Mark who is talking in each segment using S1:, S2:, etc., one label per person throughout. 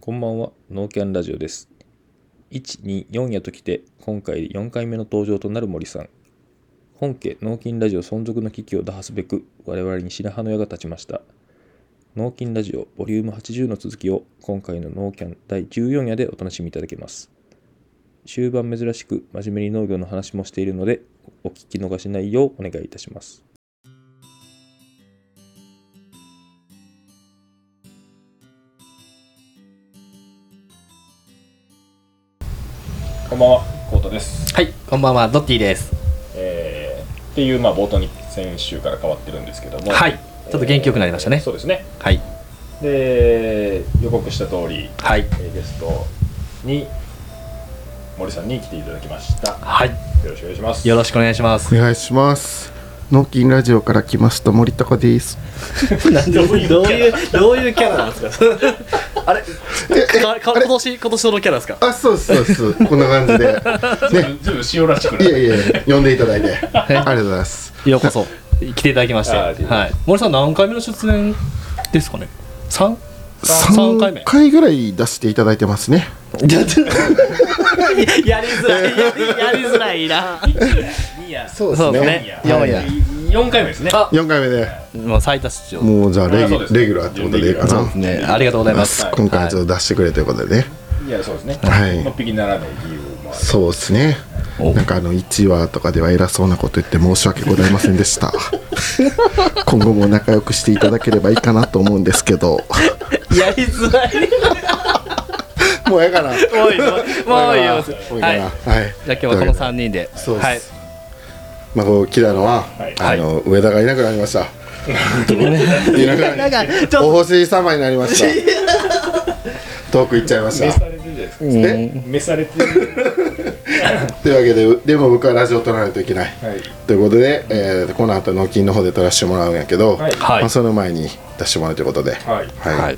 S1: こんばんは、ノーキャンラジオです。1、2、4やときて、今回4回目の登場となる森さん。本家、脳筋ラジオ存続の危機を打破すべく、我々に白羽の矢が立ちました。脳筋ラジオボリューム80の続きを、今回のノーキャン第14夜でお楽しみいただけます。終盤珍しく真面目に農業の話もしているので、お聞き逃しないようお願いいたします。こんばんは、コートです。
S2: はい、こんばんは、ドッティです。
S1: えーっていうまあ冒頭に先週から変わってるんですけども、
S2: はい、ちょっと元気よくなりましたね。
S1: そうですね
S2: はい、
S1: で予告した通り、
S2: はい
S1: え、ーゲストに森さんに来ていただきましたよ
S2: はい、
S1: ろしくお願いします
S2: よろしくお願いしま
S3: お
S2: す。
S3: 願いします農金ラジオから来ました森高です
S2: なんでどういう、どういうキャラなんですか。 あれ、か、か、今年、今年のキャラですか。
S3: あそうですそうですこんな感じでね
S1: 全部塩らしく
S3: いやいや呼んでいただいてありがとうございます
S2: ようこそ、来ていただきまして。
S1: あありがとうござ
S2: はいい、森さん、何回目の出演ですかね。三。三回目
S3: 3回ぐらい出していただいてますね
S2: やりづ らい、やりづらいな。
S3: そう
S2: そうですね。
S3: 四
S2: 四や。
S1: 4回目ですね
S2: あ
S3: 4回目で
S2: もう最多出場。
S3: もうじゃあレギ
S1: あそうです
S3: ュレギュラーってことでいいか
S1: そう
S3: な
S1: で
S2: ね、ありがとうございます。
S3: 今回はちょっと出してくれということでね
S1: いやそうですね
S3: はい
S1: のっぴきならない理由もある
S3: そうですね
S2: お
S3: なんかあの1話とかでは偉そうなこと言って申し訳ございませんでした 今後も仲良くしていただければいいかなと思うんですけど
S2: やりづらい。
S3: もうええかな
S2: も ういいよ、もういいよ。
S3: もうい
S2: は
S3: いか
S2: い、
S3: な
S2: じゃあ、
S3: はい
S2: 今日はこの三人で。
S3: そうです
S2: はい。
S3: まあ、こう来たのは、
S1: い
S3: あの、上田がいなくなりました。いなくなりま
S2: ちょっ
S3: した。お星様になりました。遠く行っちゃいまし
S1: 召
S3: た
S1: さ。れてるじゃないですか
S3: ね
S1: 召されてる
S3: というわけでう、でも僕はラジオ撮らないといけない。
S1: はい
S3: ということで、えーこの後、納金の方で撮らせてもらうんやけ
S1: は
S3: ど、
S1: い
S2: はい
S3: まあ、その前に出してもらうということで、
S1: はい
S3: はい。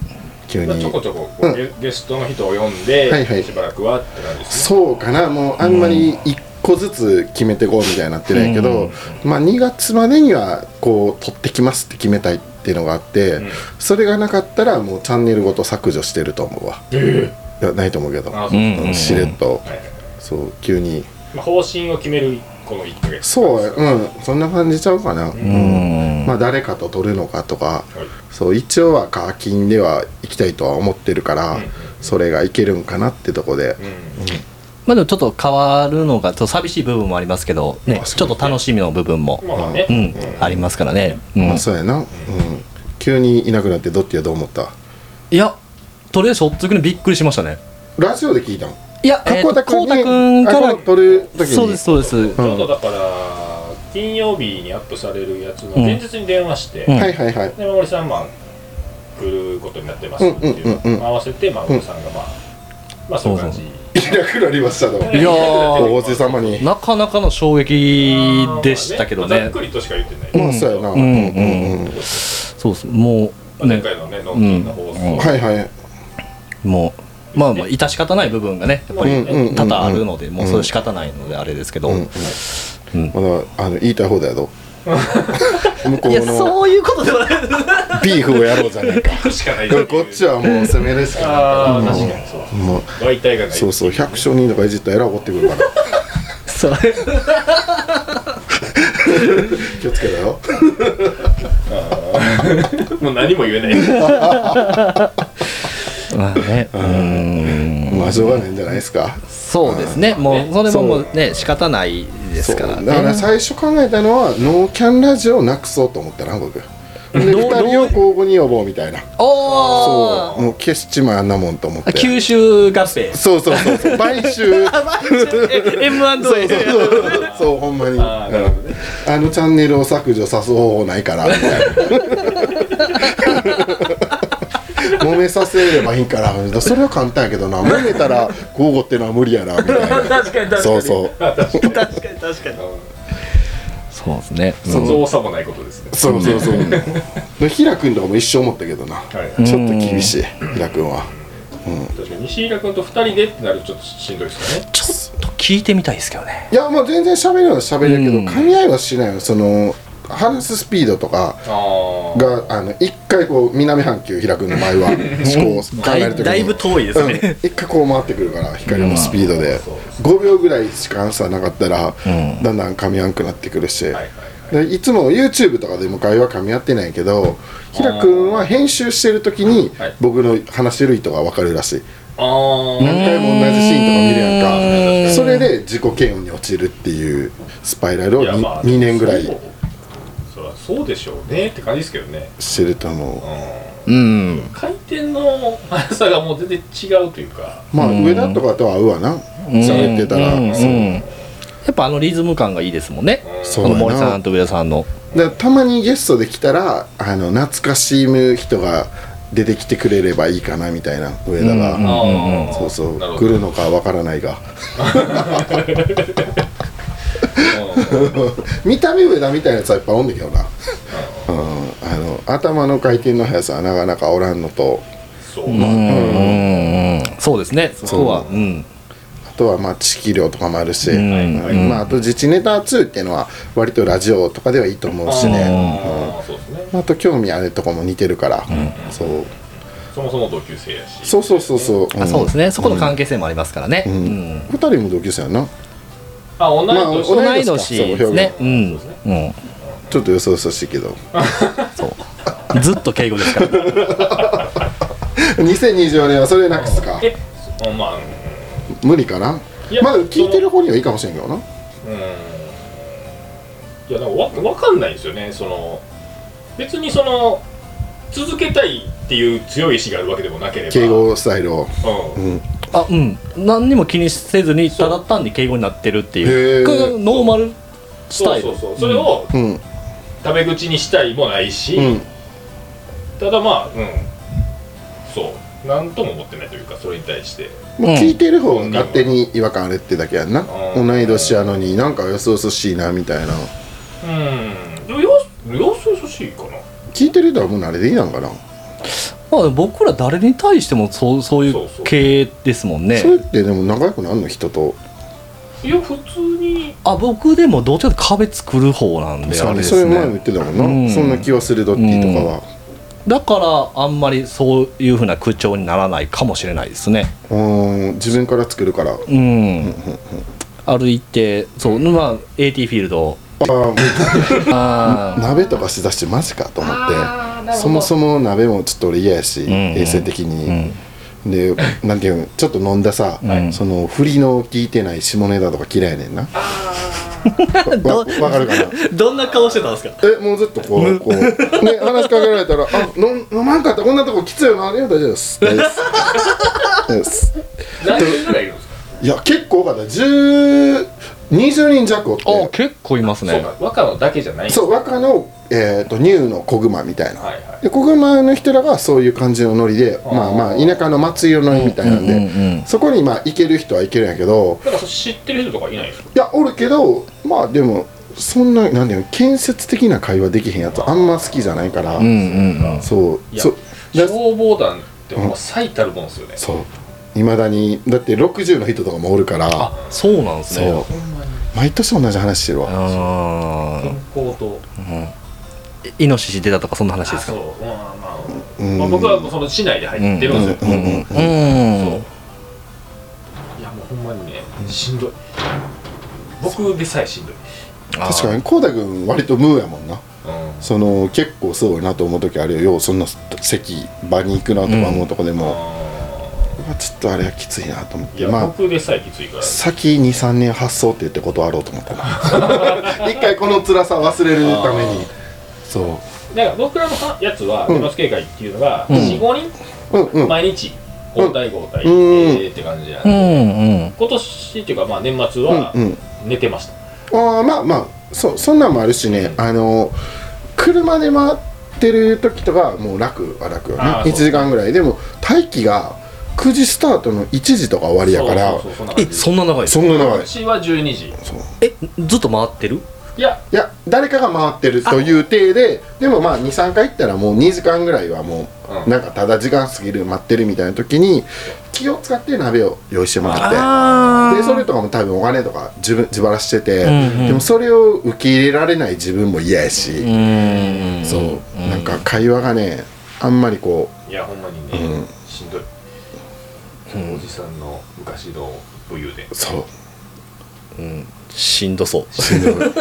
S3: 急
S1: ちょ
S3: に
S1: こ。ちょここうゲゲストの人を呼んで、
S3: はいはい
S1: しばらくはって感じですね
S3: そうかな、もうあんまり一個ずつ決めてこうみたいになってるんやけど、まあ、2月までにはこう取ってきますって決めたいっていうのがあって、それがなかったらもうチャンネルごと削除してると思うわ、いやないと思うけど
S1: あそう
S2: うん
S3: うんしれっと、
S1: はいはいはい
S3: そう急に
S1: まあ、方針を決めるこの1ヶ月
S3: そうやうんそんな感じちゃうかな、うんまあ誰かと取るのかとか、そう一応は課金では行きたいとは思ってるから、それがいけるんかなってとこで、
S2: まあでもちょっと変わるのがちょっと寂しい部分もありますけど、ね、ちょっと楽しみの部分も、
S1: まあね、
S2: うん、ありますからね。うん
S3: まあそうやな、うん、急にいなくなってどっちはどう思った
S2: いや、とりあえず率直にびっくりしましたね。
S3: ラジオで聞いたの
S2: いや、
S3: あ
S2: えーとこ
S3: こ
S2: う
S3: う
S2: た
S3: た
S2: く
S3: く
S2: ん
S3: んに
S2: か
S3: あ
S2: ら
S3: こう、撮る時に
S2: そうです、そうです。
S1: ちょうどだから金曜日にアップされるやつの前日に電話して、
S2: うん
S3: はいはいはい
S1: で森さんまあ来ることになってますっていうの
S3: うんうんうんうん
S1: 合わせて、まあ、森さんがまあ、まあそういう感じ
S3: いなくなりましたと
S2: いや
S3: お
S2: ー、
S3: 大勢様に
S2: なかなかの衝撃でしたけど
S1: まあざっ
S2: ね。
S1: くりとしか言ってない、
S3: まあそうやな
S2: うんうん
S3: うん
S2: そうです。もう、
S1: 前
S2: ね、
S1: 回のね納金の放送、
S2: うん
S3: はいはい
S2: もう、まあまあ、致し方ない部分がね、やっぱり
S3: うんうんうんう
S2: ね
S3: ん
S2: 多々あるので、もうそれ仕方ないのであれですけど。
S3: まだあの言いたい方 だよど向こ
S2: いうや、
S3: の
S2: そういうことではない。
S3: ビーフをやろうじ ゃないか
S1: これしかない
S3: こっちはもう攻めるしか
S1: ああ確かにそう
S3: ないもう
S1: 媒体がない
S3: そうそう百姓人とかいじったらえらい怒ってくるから
S2: そう
S3: 気をつけろよ
S1: もう何も言えない
S2: まあね、うん、
S3: まあしょうがないんじゃないですか
S2: そうですね、もうそれもも
S3: そう
S2: ね、仕方ないですから
S3: そうだから
S2: ね。
S3: 最初考えたのはノーキャンラジオをなくそうと思ったな僕で
S2: ど
S3: 2
S2: う
S3: 人を交互に呼ぼうみたいな
S2: お
S3: そ
S2: お、
S3: うもう消しちまえあんなもんと思って
S2: 九州合 併。
S3: そうそうそ うそう買収そうそう
S2: M&A
S3: そうそうほんまに
S1: あーなるほどね
S3: あのチャンネルを削除さす方法ない からみたいな揉めさせればいいからそれは簡単やけどな揉めたら交互ってのは無理やなみたいな
S1: 確 かに確かに
S3: そうそう
S2: そうですね、うん
S1: 造作もないことですね
S3: そうそ うそう。で平君とかも一生思ったけどな。
S1: はい
S3: ちょっと厳しい。平君は。
S1: 確かに西浦君と2人でってなるとちょっとしんどいですかね
S2: ちょっと聞いてみたいですけどね
S3: いやもう全然喋るのは喋るけど、噛み合いはしないよ。その話すスピードとか
S1: あー
S3: があの一回こう南半球開くの場合 は思考を考
S4: だ
S3: える
S4: い
S3: 時
S4: だいぶ
S3: に。
S4: 遠いです
S3: うん
S4: ね、
S3: 一回こう回ってくるから光のスピードで
S1: そうそ
S3: 5秒ぐらいしかアンサーなかったら
S2: うん
S3: だんだん噛み合んくなってくるし
S1: はいはい
S3: でいつも YouTube とかで向かいは噛み合ってないけどひらくんは編集してる時に
S1: はい
S3: 僕の話してる意図が分かるらしい
S1: あー
S3: 何回も同じシーンとか見るやんかそれで自己嫌悪に陥るっていうスパイラルを
S1: いやまあ
S3: 2, 年ぐらい
S1: そうそりゃそうでしょうねって感じですけどね、
S3: してると思
S1: う
S2: うん
S1: ん、回転の速さがもう全然違うというか
S3: うまあ上田とかとは合うわな喋ってたら
S2: うんうん
S3: そう
S2: やっぱあのリズム感がいいですもんね
S3: そ
S2: この
S3: う
S2: 森
S3: や
S2: さ
S3: なん
S2: と上田さんの
S3: だからたまにゲストで来たらあの懐かしむ人が出てきてくれればいいかなみたいな上田が、
S2: うんうん
S1: あー
S3: そうそう
S1: なるほ
S3: 来
S1: ど
S3: るのかわからないが見た目上田みたいなやつはやっぱおんねんけどな、うん、あの頭の回転の速さはなかなかおらんのと
S1: そう、
S2: うんうんうんそうですねそこはうん
S3: あとはまあ知識量とかもあるし、
S2: うん
S3: うんまあ、あと自治ネタ2っていうのは割とラジオとかではいいと思うしね
S1: あーそうですね
S3: あと興味あるとこも似てるから、そう
S1: そもそも同級生やし
S3: そうそうそうそう、
S2: あそうです
S3: ね
S2: ねそこの関係性もありますからね
S3: うん
S2: うん
S3: 二人も同級生やな
S1: あ同い
S3: まあ
S1: 年、
S3: 同
S2: 同
S3: い
S2: い
S3: 年
S2: 年
S3: か
S2: ですね
S1: そうう兵
S2: ん
S1: 庫そうです
S2: うん
S3: ちょっとよそよそしいけど
S2: そうずっと敬語ですから
S3: 2024年はそれなくすか
S1: えそまあ
S3: 無理かない
S1: や
S3: まあ聞いてる方にはいいかもしれんけどな
S1: うんいやなんかわわかんないですよねその別にその続けたいっていう強い意志があるわけでもなければ
S3: 敬語スタイルを、
S1: う
S3: うんん、
S2: あうん何にも気にせずにただ単に敬語になってるってい
S3: へー
S2: うこれがノーマルス
S1: そ
S2: タ
S1: う
S2: イル
S1: そうそうそれを
S3: うん
S1: 食べ口にしたいもないし、
S3: うん
S1: ただまあうんそうなんとも思ってないというかそれに対して
S3: もう
S2: うん
S3: 聞いてる方が勝手に違和感あるってだけやんな、
S1: うん
S3: 同い年やのになんかよそよそしいなみたいな
S1: うんでもよ様子優しいかな
S3: 聞いてる人はもう慣れていいなんかな、
S2: まあ、僕ら誰に対してもそうそうい
S1: そう
S2: う
S1: そう
S2: 系ですもんね
S3: それってでも仲良くなんの人と
S1: いや普通に
S2: あ僕でもどっちかというと壁作る方なんで
S3: そ
S2: あ
S3: う
S2: れ
S3: ね
S2: で
S3: それ
S2: す
S3: 前も
S2: ね
S3: 言ってたもんな、
S2: うん
S3: そんな気はするドッティとかは、
S2: だからあんまりそういうふうな口調にならないかもしれないですね
S3: うん、自分から作るからあ
S2: うん歩いてそうまあ AT フィール ド
S3: あ
S2: あー
S3: 鍋とかしだしてマジかと思ってそもそも鍋もちょっと俺嫌やし、
S2: ん
S3: 衛生的に、でなんていうのちょっと飲んださ、
S2: うん
S3: その振りの効いてない下ネタとか嫌いやねんな わわわかるかな
S4: どんな顔してたんですか
S3: えもうずっとこうこうね話しかけられたら「あ飲ん飲まんかったこんなとこきついよなありがとうございます」大丈夫です
S1: 何人ぐらいいるんですか
S3: いや結構多かった10 20人弱おっ
S2: あ
S3: て
S2: 結構います
S1: そう
S2: ね
S1: か若野だけじゃないんです
S3: そう若の、えー、とニューの子熊みたいな、
S1: はいはい
S3: で小熊の人らがそういう感じのノリでまあまあ田舎の祭りのノリみたいなんで、
S2: うんうんうん
S3: そこにまあ行ける人は行けるんやけど
S1: なんか知ってる人とかいないんですか
S3: いやおるけどまあでもそんななんていうの建設的な会話できへんやつあんま好きじゃないから、
S2: うんうん
S3: そう
S1: いや
S3: そうだ
S1: 消防団ってもう最たるもんですよね、
S3: そういまだにだって60の人とかもおるから
S2: あそうなんです
S3: そ
S2: ね
S3: う
S1: ほんまに
S3: 毎年同じ話してるわ
S2: あー
S1: 健康と
S2: イノシシ出たとかそんな話
S1: あ
S2: です
S1: そ
S2: か
S1: うまあまあ、
S3: うん
S1: まあ、僕はもうその市内で入ってるんですよ、
S3: うんうん
S2: うんうん
S1: いやもうほんまにねしんどい僕でさえしんどい、
S3: 確かに浩太君割とムーやもんな
S1: うん
S3: その結構そうやなと思う時あるよようそんな席場に行くなとか思うとこでも、まあちょっとあれはきついなと思っ
S1: い
S3: て
S1: や、
S3: まあ
S1: 僕でさえきついから
S3: 先23年発想って言って断ろうと思っ たな一回この辛さ忘れるためにそ
S1: だから僕らのやつは
S3: うん
S1: 出ます警戒っていうのが
S2: うん
S1: 45
S3: ううんう
S1: 人
S3: ん
S1: 毎日交代交代
S3: うん
S1: でって感じなん
S2: う
S1: で
S2: んうん
S1: 今年っていうかまあ年末
S3: う
S1: は
S3: んうん
S1: 寝てました
S3: ああまあまあそうそんなんもあるしね、
S1: うん
S3: あの車で回ってる時とかもう楽は楽よね
S1: あーそう
S3: 1時間ぐらいでも待機が9時スタートの1時とか終わりやから
S1: そうそうそうそんな
S2: え
S1: 感じ
S2: そんな長い
S3: そんな長い
S1: 私は12時
S3: そう
S2: えずっと回ってる
S5: いや
S3: いや誰かが回ってるという体ででもまあ23回行ったらもう2時間ぐらいはもう、
S1: うん
S3: なんかただ時間過ぎる待ってるみたいな時に気を使って鍋を用意してもらって
S2: あ
S3: でそれとかも多分お金とか自分自腹してて、
S2: うんうん
S3: でもそれを受け入れられない自分も嫌やし、
S2: うん
S3: そう、なんか会話がねあんまりこ
S1: いやほんまにね、しんどい、おじさんの昔の武勇伝
S3: うそう
S2: しんどそう
S3: しんどい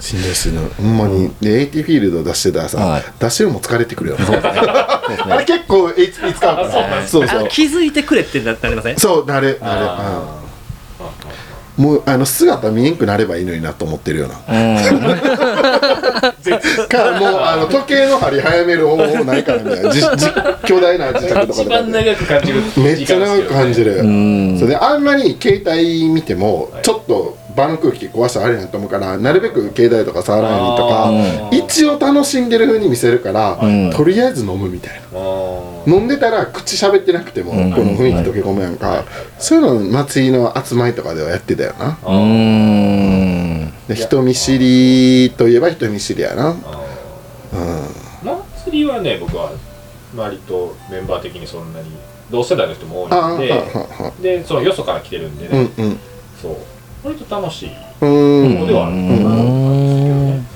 S3: しんどいしんどいほんまに、で AT フィールド出してたらさ、
S2: はい
S3: 出してるのも疲れてくるよね あれ結構 HP 使うからねそうそう
S5: あ気づいてくれってななりません
S3: そうなれなれ
S1: あーあ
S3: うんもうあの姿見えんくなればいいのになと思ってるよな かもうあの時計の針早める方法ないからみたいなじじ巨大な自
S1: あ
S3: 宅とか
S1: 一
S3: で買っ
S1: 番
S3: て
S1: 長く感じる
S3: めっちゃ長く感じ
S1: る
S3: る、
S2: ん
S3: それであんまり携帯見ても
S1: はい
S3: ちょっと場の空気壊したらあれやなと思うからなるべく携帯とか触らないようにと
S1: あ
S3: か
S1: ー
S3: 一応楽しんでる風に見せるから、
S2: うん
S3: とりあえず飲むみたいな
S1: の
S3: 飲んでたら口喋ってなくても、
S2: うん
S3: この雰囲気溶け込むやんか、そういうの祭りの集まりとかではやってたよな
S2: うん
S3: で人見知りといえば人見知りやな、うん、
S1: 祭りはね僕は割とメンバー的にそんなに同世代の人も多い
S3: ああ
S1: んで
S3: は
S1: でそのよそから来てるんで
S3: あはあう
S1: ね、
S3: んうん
S1: そう割と楽しい
S3: うん
S1: ここではあるうん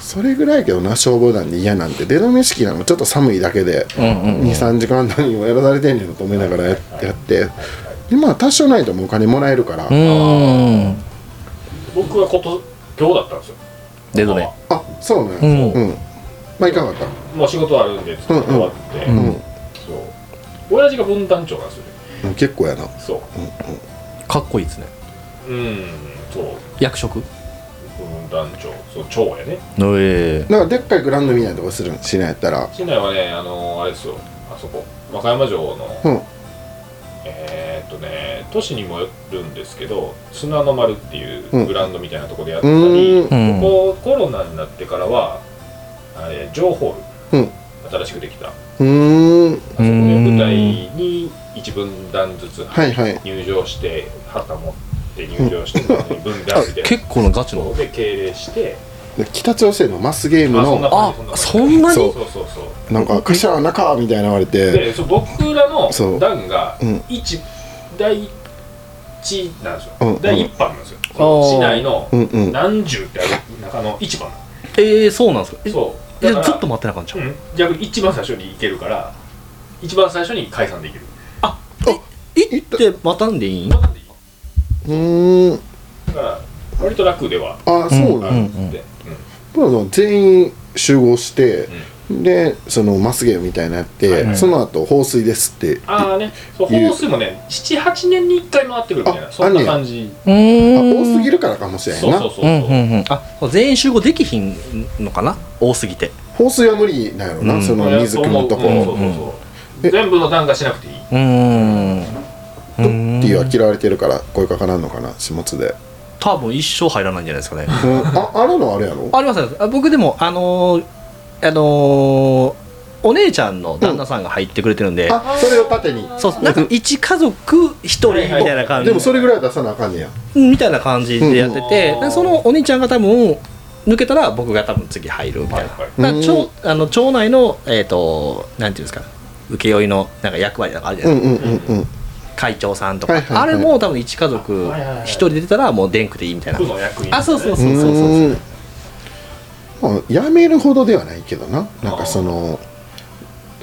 S3: それぐらいやけどな消防団で嫌なんて出の飯式なのちょっと寒いだけで23時間何をやらされてんねんのと思いながらややってでまあ多少ないともうお金もらえるから
S2: うん
S1: 僕はこと今日だったんですよ
S2: でどね
S3: あそう
S2: う
S3: ね
S2: ん
S3: うんまあいかがだっ
S1: もう仕事あるんでつって
S3: うんうん
S1: 終わって、
S3: たう
S2: うん
S3: ん
S1: そう親父が分団長なんですよね
S3: うん結構やな
S1: そ
S2: かっこいいですね
S1: ううんそう
S2: 役職
S1: 分団長そう長やね
S2: え
S3: なんかでっかいグラウンドみたいなとこするんしないやったら
S1: 市内はねあのあれですよあそこ和歌山城の、
S3: うん
S1: えーっとね都市にもよるんですけど砂の丸っていう
S3: うん
S1: グラウンドみたいなところでやった
S3: う
S1: り、
S3: ーん
S2: うん
S1: こうコロナになってからはあれ城ホール、
S3: うん
S1: 新しくできたあ
S3: うーん
S1: そこで舞台に1分段ずつ
S3: はいはい
S1: 入場して旗持って入場して分断して
S2: 結構なガチ
S1: そ
S2: の
S1: うで敬礼して
S3: で北朝鮮のマスゲーム
S1: あそんな
S3: の
S1: 感じ
S2: あ
S1: 感じ
S2: そんな
S3: に
S1: そうそうそうそう
S3: なんか「カシャー中」みたいな言われて
S1: でそう僕らの
S3: そう
S1: 段が
S3: うん
S1: 一、第一なんですよ、
S3: うん
S1: 第一班なんですよ、そ
S2: あ
S1: の
S2: ー
S1: 市内の
S3: うんうん
S1: 何十ってある中の一番
S2: ええそうなんですかえ
S1: そう
S2: え
S1: だ
S2: ち
S1: か
S2: ょ
S1: ら
S2: っと待ってなあかんじゃん
S1: うん、逆に一番最初に行けるから一番最初に解散できる
S2: 行ってまたんでいいん
S1: そんなんでいいう
S3: ーん
S1: だから割と楽では
S3: あそうな
S1: あ
S3: ん
S1: る
S3: や
S1: んで、うん
S3: プロの全員集合して、でそのマスゲームみたいなのやって、
S1: はい
S2: はい
S3: その後放水ですって
S1: ああねそう
S3: いう
S1: 放水もね78年に1回回ってくるみたい
S3: あ
S1: なそん
S3: あんね
S1: な
S3: や
S1: 感じ
S3: あ
S2: 多
S3: 多すぎるからかもしれん
S1: そう
S3: な
S1: そうそうそう、
S2: うんうんうんあそう全員集合できひんのかな多すぎて
S3: 放水は無理なんやろな、
S2: うん
S3: その水汲むとこ、
S1: うんそ
S3: ど
S1: うそう
S3: っ
S1: そう
S3: え
S1: 全部の段がしなくていいう
S2: ーん
S3: ていうは嫌われてるから声かからんのかな始末で、
S2: 多分一生入らないんじゃないですかね
S3: うん、ああるのあれやろ
S2: ありますありますあ僕でもあのーあのーお姉ちゃんの旦那さんが入ってくれてるんで、
S3: あそれを縦に
S2: そうそうなんか一家族一人みたいな感じ
S3: でもそれぐらいは出さなあかんねや
S2: みたいな感じでやってて、
S1: うん
S2: でそのお兄ちゃんが多分抜けたら僕が多分次入るみたいな、
S1: はいはい
S2: だから
S3: うん
S2: 町あの町内のえっ、となんていうんですか請負のなんか役割とかあるじゃ
S3: う
S2: ない
S3: ん
S2: ですか、
S3: うんうんうん
S2: 会長さんとか、
S3: はいはいはい
S2: あれも多分一家族
S1: はいはいはい
S2: 一人出てたらもう電区でいいみたいな、
S1: 区の役員
S2: あそうそう
S1: そ
S2: そうそうそう
S3: うーんまあやめるほどではないけどななんかその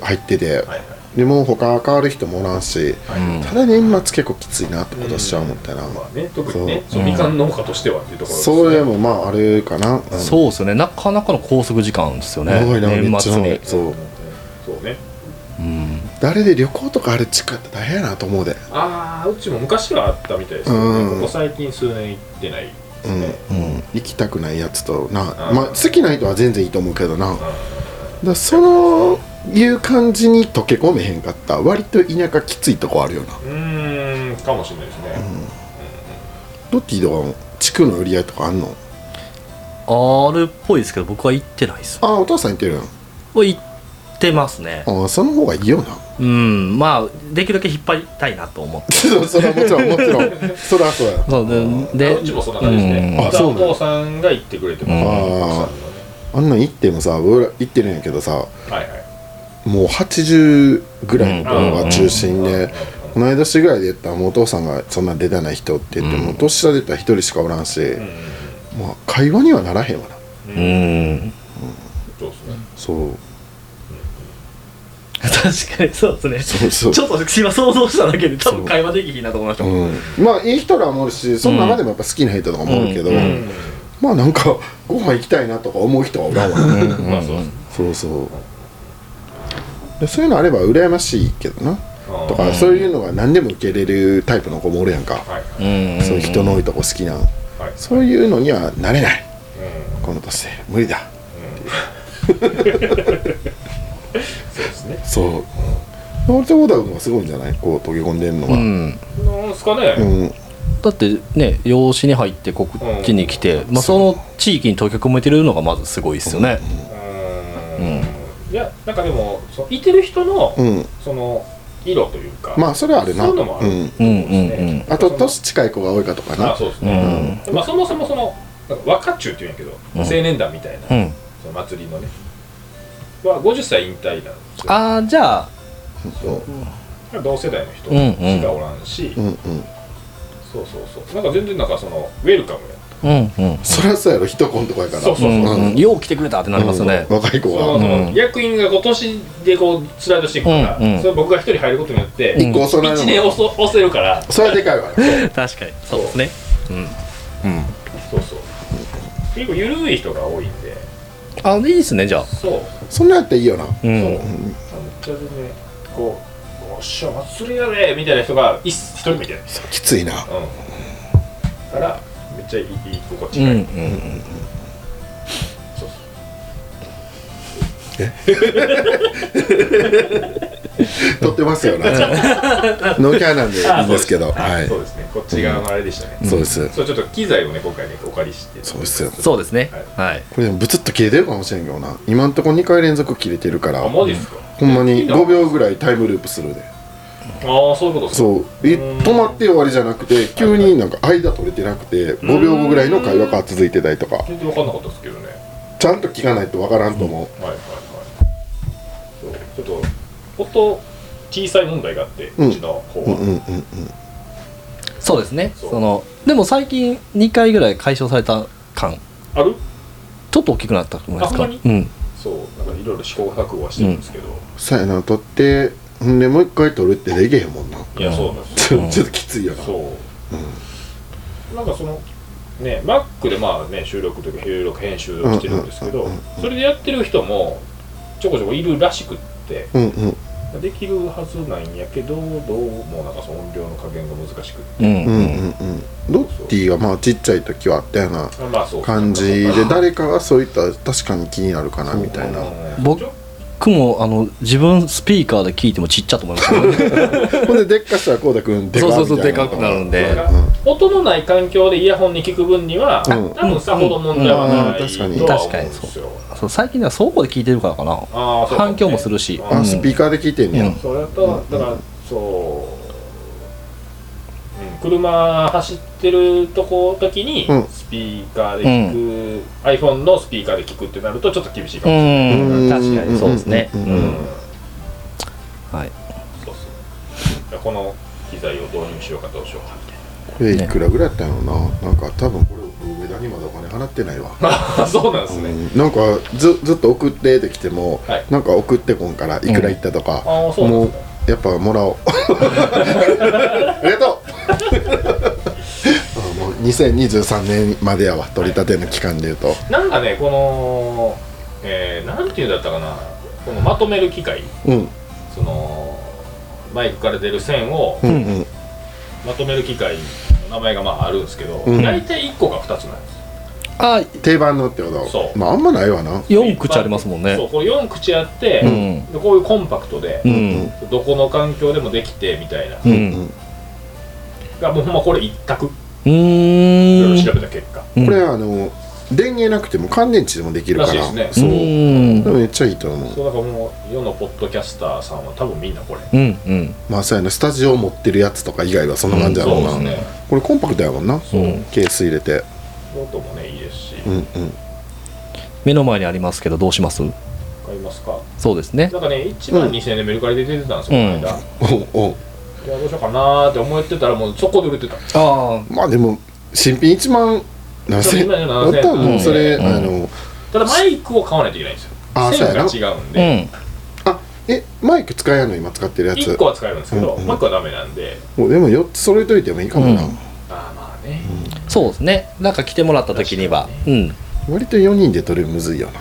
S3: 入ってて
S1: はいはい
S3: でもう他変わる人もおらんし、
S2: うん
S3: ただ年末結構きついなって今年は思ったな、
S1: まあね特にね
S2: そ
S1: そ
S2: う
S1: うみかん農家としてはっていうところですね
S3: それもまああれかな、うん
S2: そうですよねなかなかの拘束時間ですよね
S3: 長いなめ
S2: 年
S3: っちゃ
S2: 末
S3: 長
S2: に
S3: いそう
S1: そうね
S2: うん
S3: 誰で旅行とかあれ近かったら大変やなと思うで
S1: ああうちも昔はあったみたいですけど
S3: うん
S1: ねここ最近数年行ってないです
S3: うん、
S1: ね
S2: うん
S3: 行きたくないやつとな、
S1: うん
S3: まあ好きな人は全然いいと思うけどな、だからそのいう感じに溶け込めへんかった割と田舎きついとこあるよな
S1: うーんかもしれないですね
S3: ドッキーとかも地区の売り合いとかあんの
S2: あれっぽいですけど僕は行ってないです
S3: ああお父さん行ってるやん
S2: もう行ってますね
S3: ああその方がいいよな
S2: うんまあできるだけ引っ張りたいなと思って
S3: そうそれはもちろんもちろんそれはそうや
S2: そうで
S1: うちもそんな感じですね、
S2: うん
S3: あそ
S1: お
S3: うなんだ
S1: 父さんが言ってくれてます、
S2: うん
S3: あー
S1: 奥さんのね
S3: あんなん行ってもさ俺ら行ってるんやけどさ
S1: はいはい
S3: もう80ぐらいの子が中心
S1: うんうんうん
S3: で同い年ぐらいで言ったらもうお父さんがそんな出てない人って言っても、年下で言ったら一人しかおらんし、まあ会話にはならへんわな
S1: うん
S2: う
S1: うん
S2: ん
S1: そうですね
S3: そう
S2: 確かにそうですね
S3: そうそう
S2: ちょっと今想像しただけで多分会話できひんなと思いました
S3: うん、まあいい人らもおるしその中でもやっぱ好きな人とかもおるけど、
S2: うんう
S3: まあなんかご飯行きたいなとか思う人はおらんわな、
S1: まあそうですね
S3: そうそうでそういうのあれば羨ましいけどな
S1: あー
S3: とか、そういうのが何でも受け入れるタイプの子もおるやんか、
S1: はいはい
S2: うん
S3: そういう人の多いとこ好きな
S1: はい
S3: そういうのにはなれない
S1: うん
S3: この年で無理だ
S1: そうですね
S3: そう俺とゴダ君はすごいんじゃないこう溶け込んでんの
S2: う
S3: は
S2: ん
S1: なんですかね、
S3: うん、
S2: だってね養子に入ってこっちに来て、まあ、その地域に溶け込めてるのがまずすごいですよね、
S1: うんいやなんかでもそのいてる人の、
S3: うん、
S1: その色というか
S3: まあそれはあるな
S1: そういうのもある
S3: ん、
S2: うんうん
S1: ね
S3: あと年近い子が多いかと
S1: ま
S3: かな
S1: あそうです
S2: うんう
S1: ね、
S2: ん
S1: まあそもそもそのなんか若っちゅうって言うんやけど、
S2: うん
S1: 青年団みたいな、
S2: うん
S1: その祭りのねは50歳引退なんですよ
S2: ああじゃあ
S1: 同世代の人
S2: うんうん
S1: しかおらんし、
S3: うんうん
S1: そうそうそうなんか全然なんかそのウェルカムやった
S2: うんうん
S3: そりゃそうやろ一コンとかやから
S1: そうそう
S2: うんうん
S3: ん
S2: よう来てくれたってなりますよね
S3: うん若い子
S1: その
S3: は
S1: そ
S2: うん
S1: の役員が今年でこうスライドしていくから、
S2: うんうん
S1: それ僕が一人入ることによって、
S2: うん
S3: 一個遅な
S1: 1
S3: い
S1: 年
S3: のも
S1: 遅遅せるから
S3: それはでかいわ
S2: 確かにそうですねうんうん
S1: そうそう結構緩い人が多いんで
S2: あいいですねじゃあ
S1: そう
S3: そんなんやっていいよな
S2: う
S1: そう、め
S2: ん
S1: っちゃ全然こう「おっしゃ祭りやで」みたいな人が一一人みたいな
S3: きつ いな
S1: うんだからめっちゃいいいい心地
S2: うん
S1: が
S2: う
S1: いい、
S2: んうん
S1: そう
S3: 撮ってますよな ノーキャーなんでいいですけど
S1: あ
S3: はい
S1: そうですねこっち側のあれでしたね、
S3: そうです
S1: そうちょっと機材をね今回ねお借りして
S3: そうですよ
S2: そうですねはい
S3: これでもブツッと切れてるかもしれんけどな今んとこ2回連続切れてるから
S1: あマジですか
S3: ほんま
S1: いい
S3: に
S1: な
S3: 5秒ぐらいタイムループするで
S1: ああそういうことですか
S3: そうえ
S1: うん
S3: 止まって終わりじゃなくて急になんか間取れてなくて5秒後ぐらいの会話が続いてたりとか
S1: 全然分かんなかったですけどね
S3: ちゃんと聞かないとわからんと思
S1: はいはいはいそうちょっと音小さい問題があって、う
S3: うん
S1: ちの方
S3: うう
S1: は、
S3: んうんうんうん
S2: そうですね
S1: そう
S2: そのでも最近2回ぐらい解消された感
S1: ある
S2: ちょっと大きくなったと思いますか
S1: あほんま
S2: うん
S1: そうなんかいろいろ試行錯誤はしてるんですけど、
S3: さやな取ってほんでもう一回取るってできへんもんな
S1: いやそうなんです
S3: ち
S1: よ、
S3: ょちょっときついよな
S1: そう、なんかそのね Mac でまあね収録というか収録編集をしてるんですけど、
S3: うんうんうん
S1: それでやってる人もちょこちょこいるらしくって
S3: うんうん
S1: できるはずなんやけどどうもなんかその音量の加減が難しくって
S2: うん
S3: う
S2: うん
S3: うん
S2: ん
S3: うんロッティがまあちっちゃい時はあったような
S1: あまあそう
S3: 感じで誰かがそういったら確かに気になるかなみたいな
S2: 僕僕もあの自分スピーカーで聞いてもちっちゃと思います
S3: ほんででっかしたらこうだくんでか
S2: そう
S3: みたいな
S2: そうそうでかくなるんで
S1: 音のない環境でイヤホンに聞く分には、
S3: うん
S1: 多分さほど問題はない
S3: うんうん確かに
S1: とは思うんですよ。
S2: そう最近では倉庫で聞いてるからかな
S1: あーそうか
S2: 反響もするし
S1: う
S3: あ
S1: ん
S3: スピーカーで聞いてんねや、
S2: うん
S1: それとだからそう、うん、車走ってるとこ時に
S3: うん
S1: スピーカーで聞く、iPhone のスピーカーで聞くってなるとちょっと厳しいかもしれない、
S2: うん
S3: うん
S2: 確かにそうですねう
S3: うんん
S2: はい
S1: そうそうこの機材を導入しようかどうしようかみたい
S3: これいくらぐらいやったのななんか多分これ上田にまだお金払ってないわ、
S1: なそうなんですね、
S3: うんなんかずずっと送ってできても、
S1: はい
S3: なんか送ってこんからいくらいったとか、
S1: ああそうなん
S3: も
S1: で
S3: う
S1: すね
S3: やっぱもらおうありがとう あもう2023年までやわ取り立ての期間でいうと、
S1: なんかねこの、えー、なんていうんだったかなこのまとめる機械
S3: うん
S1: そのマイクから出る線を
S3: うんうん
S1: まとめる機械の名前がまああるんですけど、
S3: うん
S1: 大体1個か2つなんです
S2: あ
S3: 定番のってこと
S1: そう
S3: まああんまないわな
S2: 4口ありますもんね
S1: そうこれ4口あって、
S2: うん
S1: でこういうコンパクトで
S2: う、
S3: ん
S2: ん
S1: どこの環境でもできてみたいな、
S2: う
S3: うんん
S1: がもうほんまこれ一択
S2: う
S1: いろいろ
S2: ん
S1: 調べた結果、
S2: うん
S3: これはあの電源なくても乾電池でもできるから
S1: らしいです
S3: そうう、
S2: ん
S3: でもめっちゃいいと思う
S1: そうだからもう世のポッドキャスターさんは多分みんなこれ
S2: うんうん
S3: まあそうやなスタジオ持ってるやつとか以外はそんな感じやろうな、
S1: そうですね
S3: これコンパクトやもんな
S2: う
S3: ケース入れて
S1: 音もねいいですし、
S3: うんうん
S2: 目の前にありますけどどうします
S1: 買いますか
S2: そうですね
S1: なんかね1万2000円でメルカリで出てたんですよ、
S2: うん
S1: この間
S3: おうおう
S1: いやどうしようかなーって思ってたらもうそこで売れてた
S2: あ
S3: まあでも新品1万7000円
S1: そう今ね
S3: だったらもうそれ、
S2: うん
S3: あの
S1: ただマイクを買わないといけないんですよ
S3: あー
S1: 線が
S3: そう
S1: 違うん
S2: う
S1: で、
S2: ん
S3: あえマイク使えないの今使ってるや
S1: 一1
S3: つ
S1: 個は使えるんですけど、
S3: うんうん
S1: もう1個はダメなんで
S3: もうでも4つ揃えといてもいいかもな、
S2: うん
S1: ああまあね、
S2: そうですねなんか来てもらった時には
S1: 確
S2: うん
S3: 割と4人で撮るのむずいよな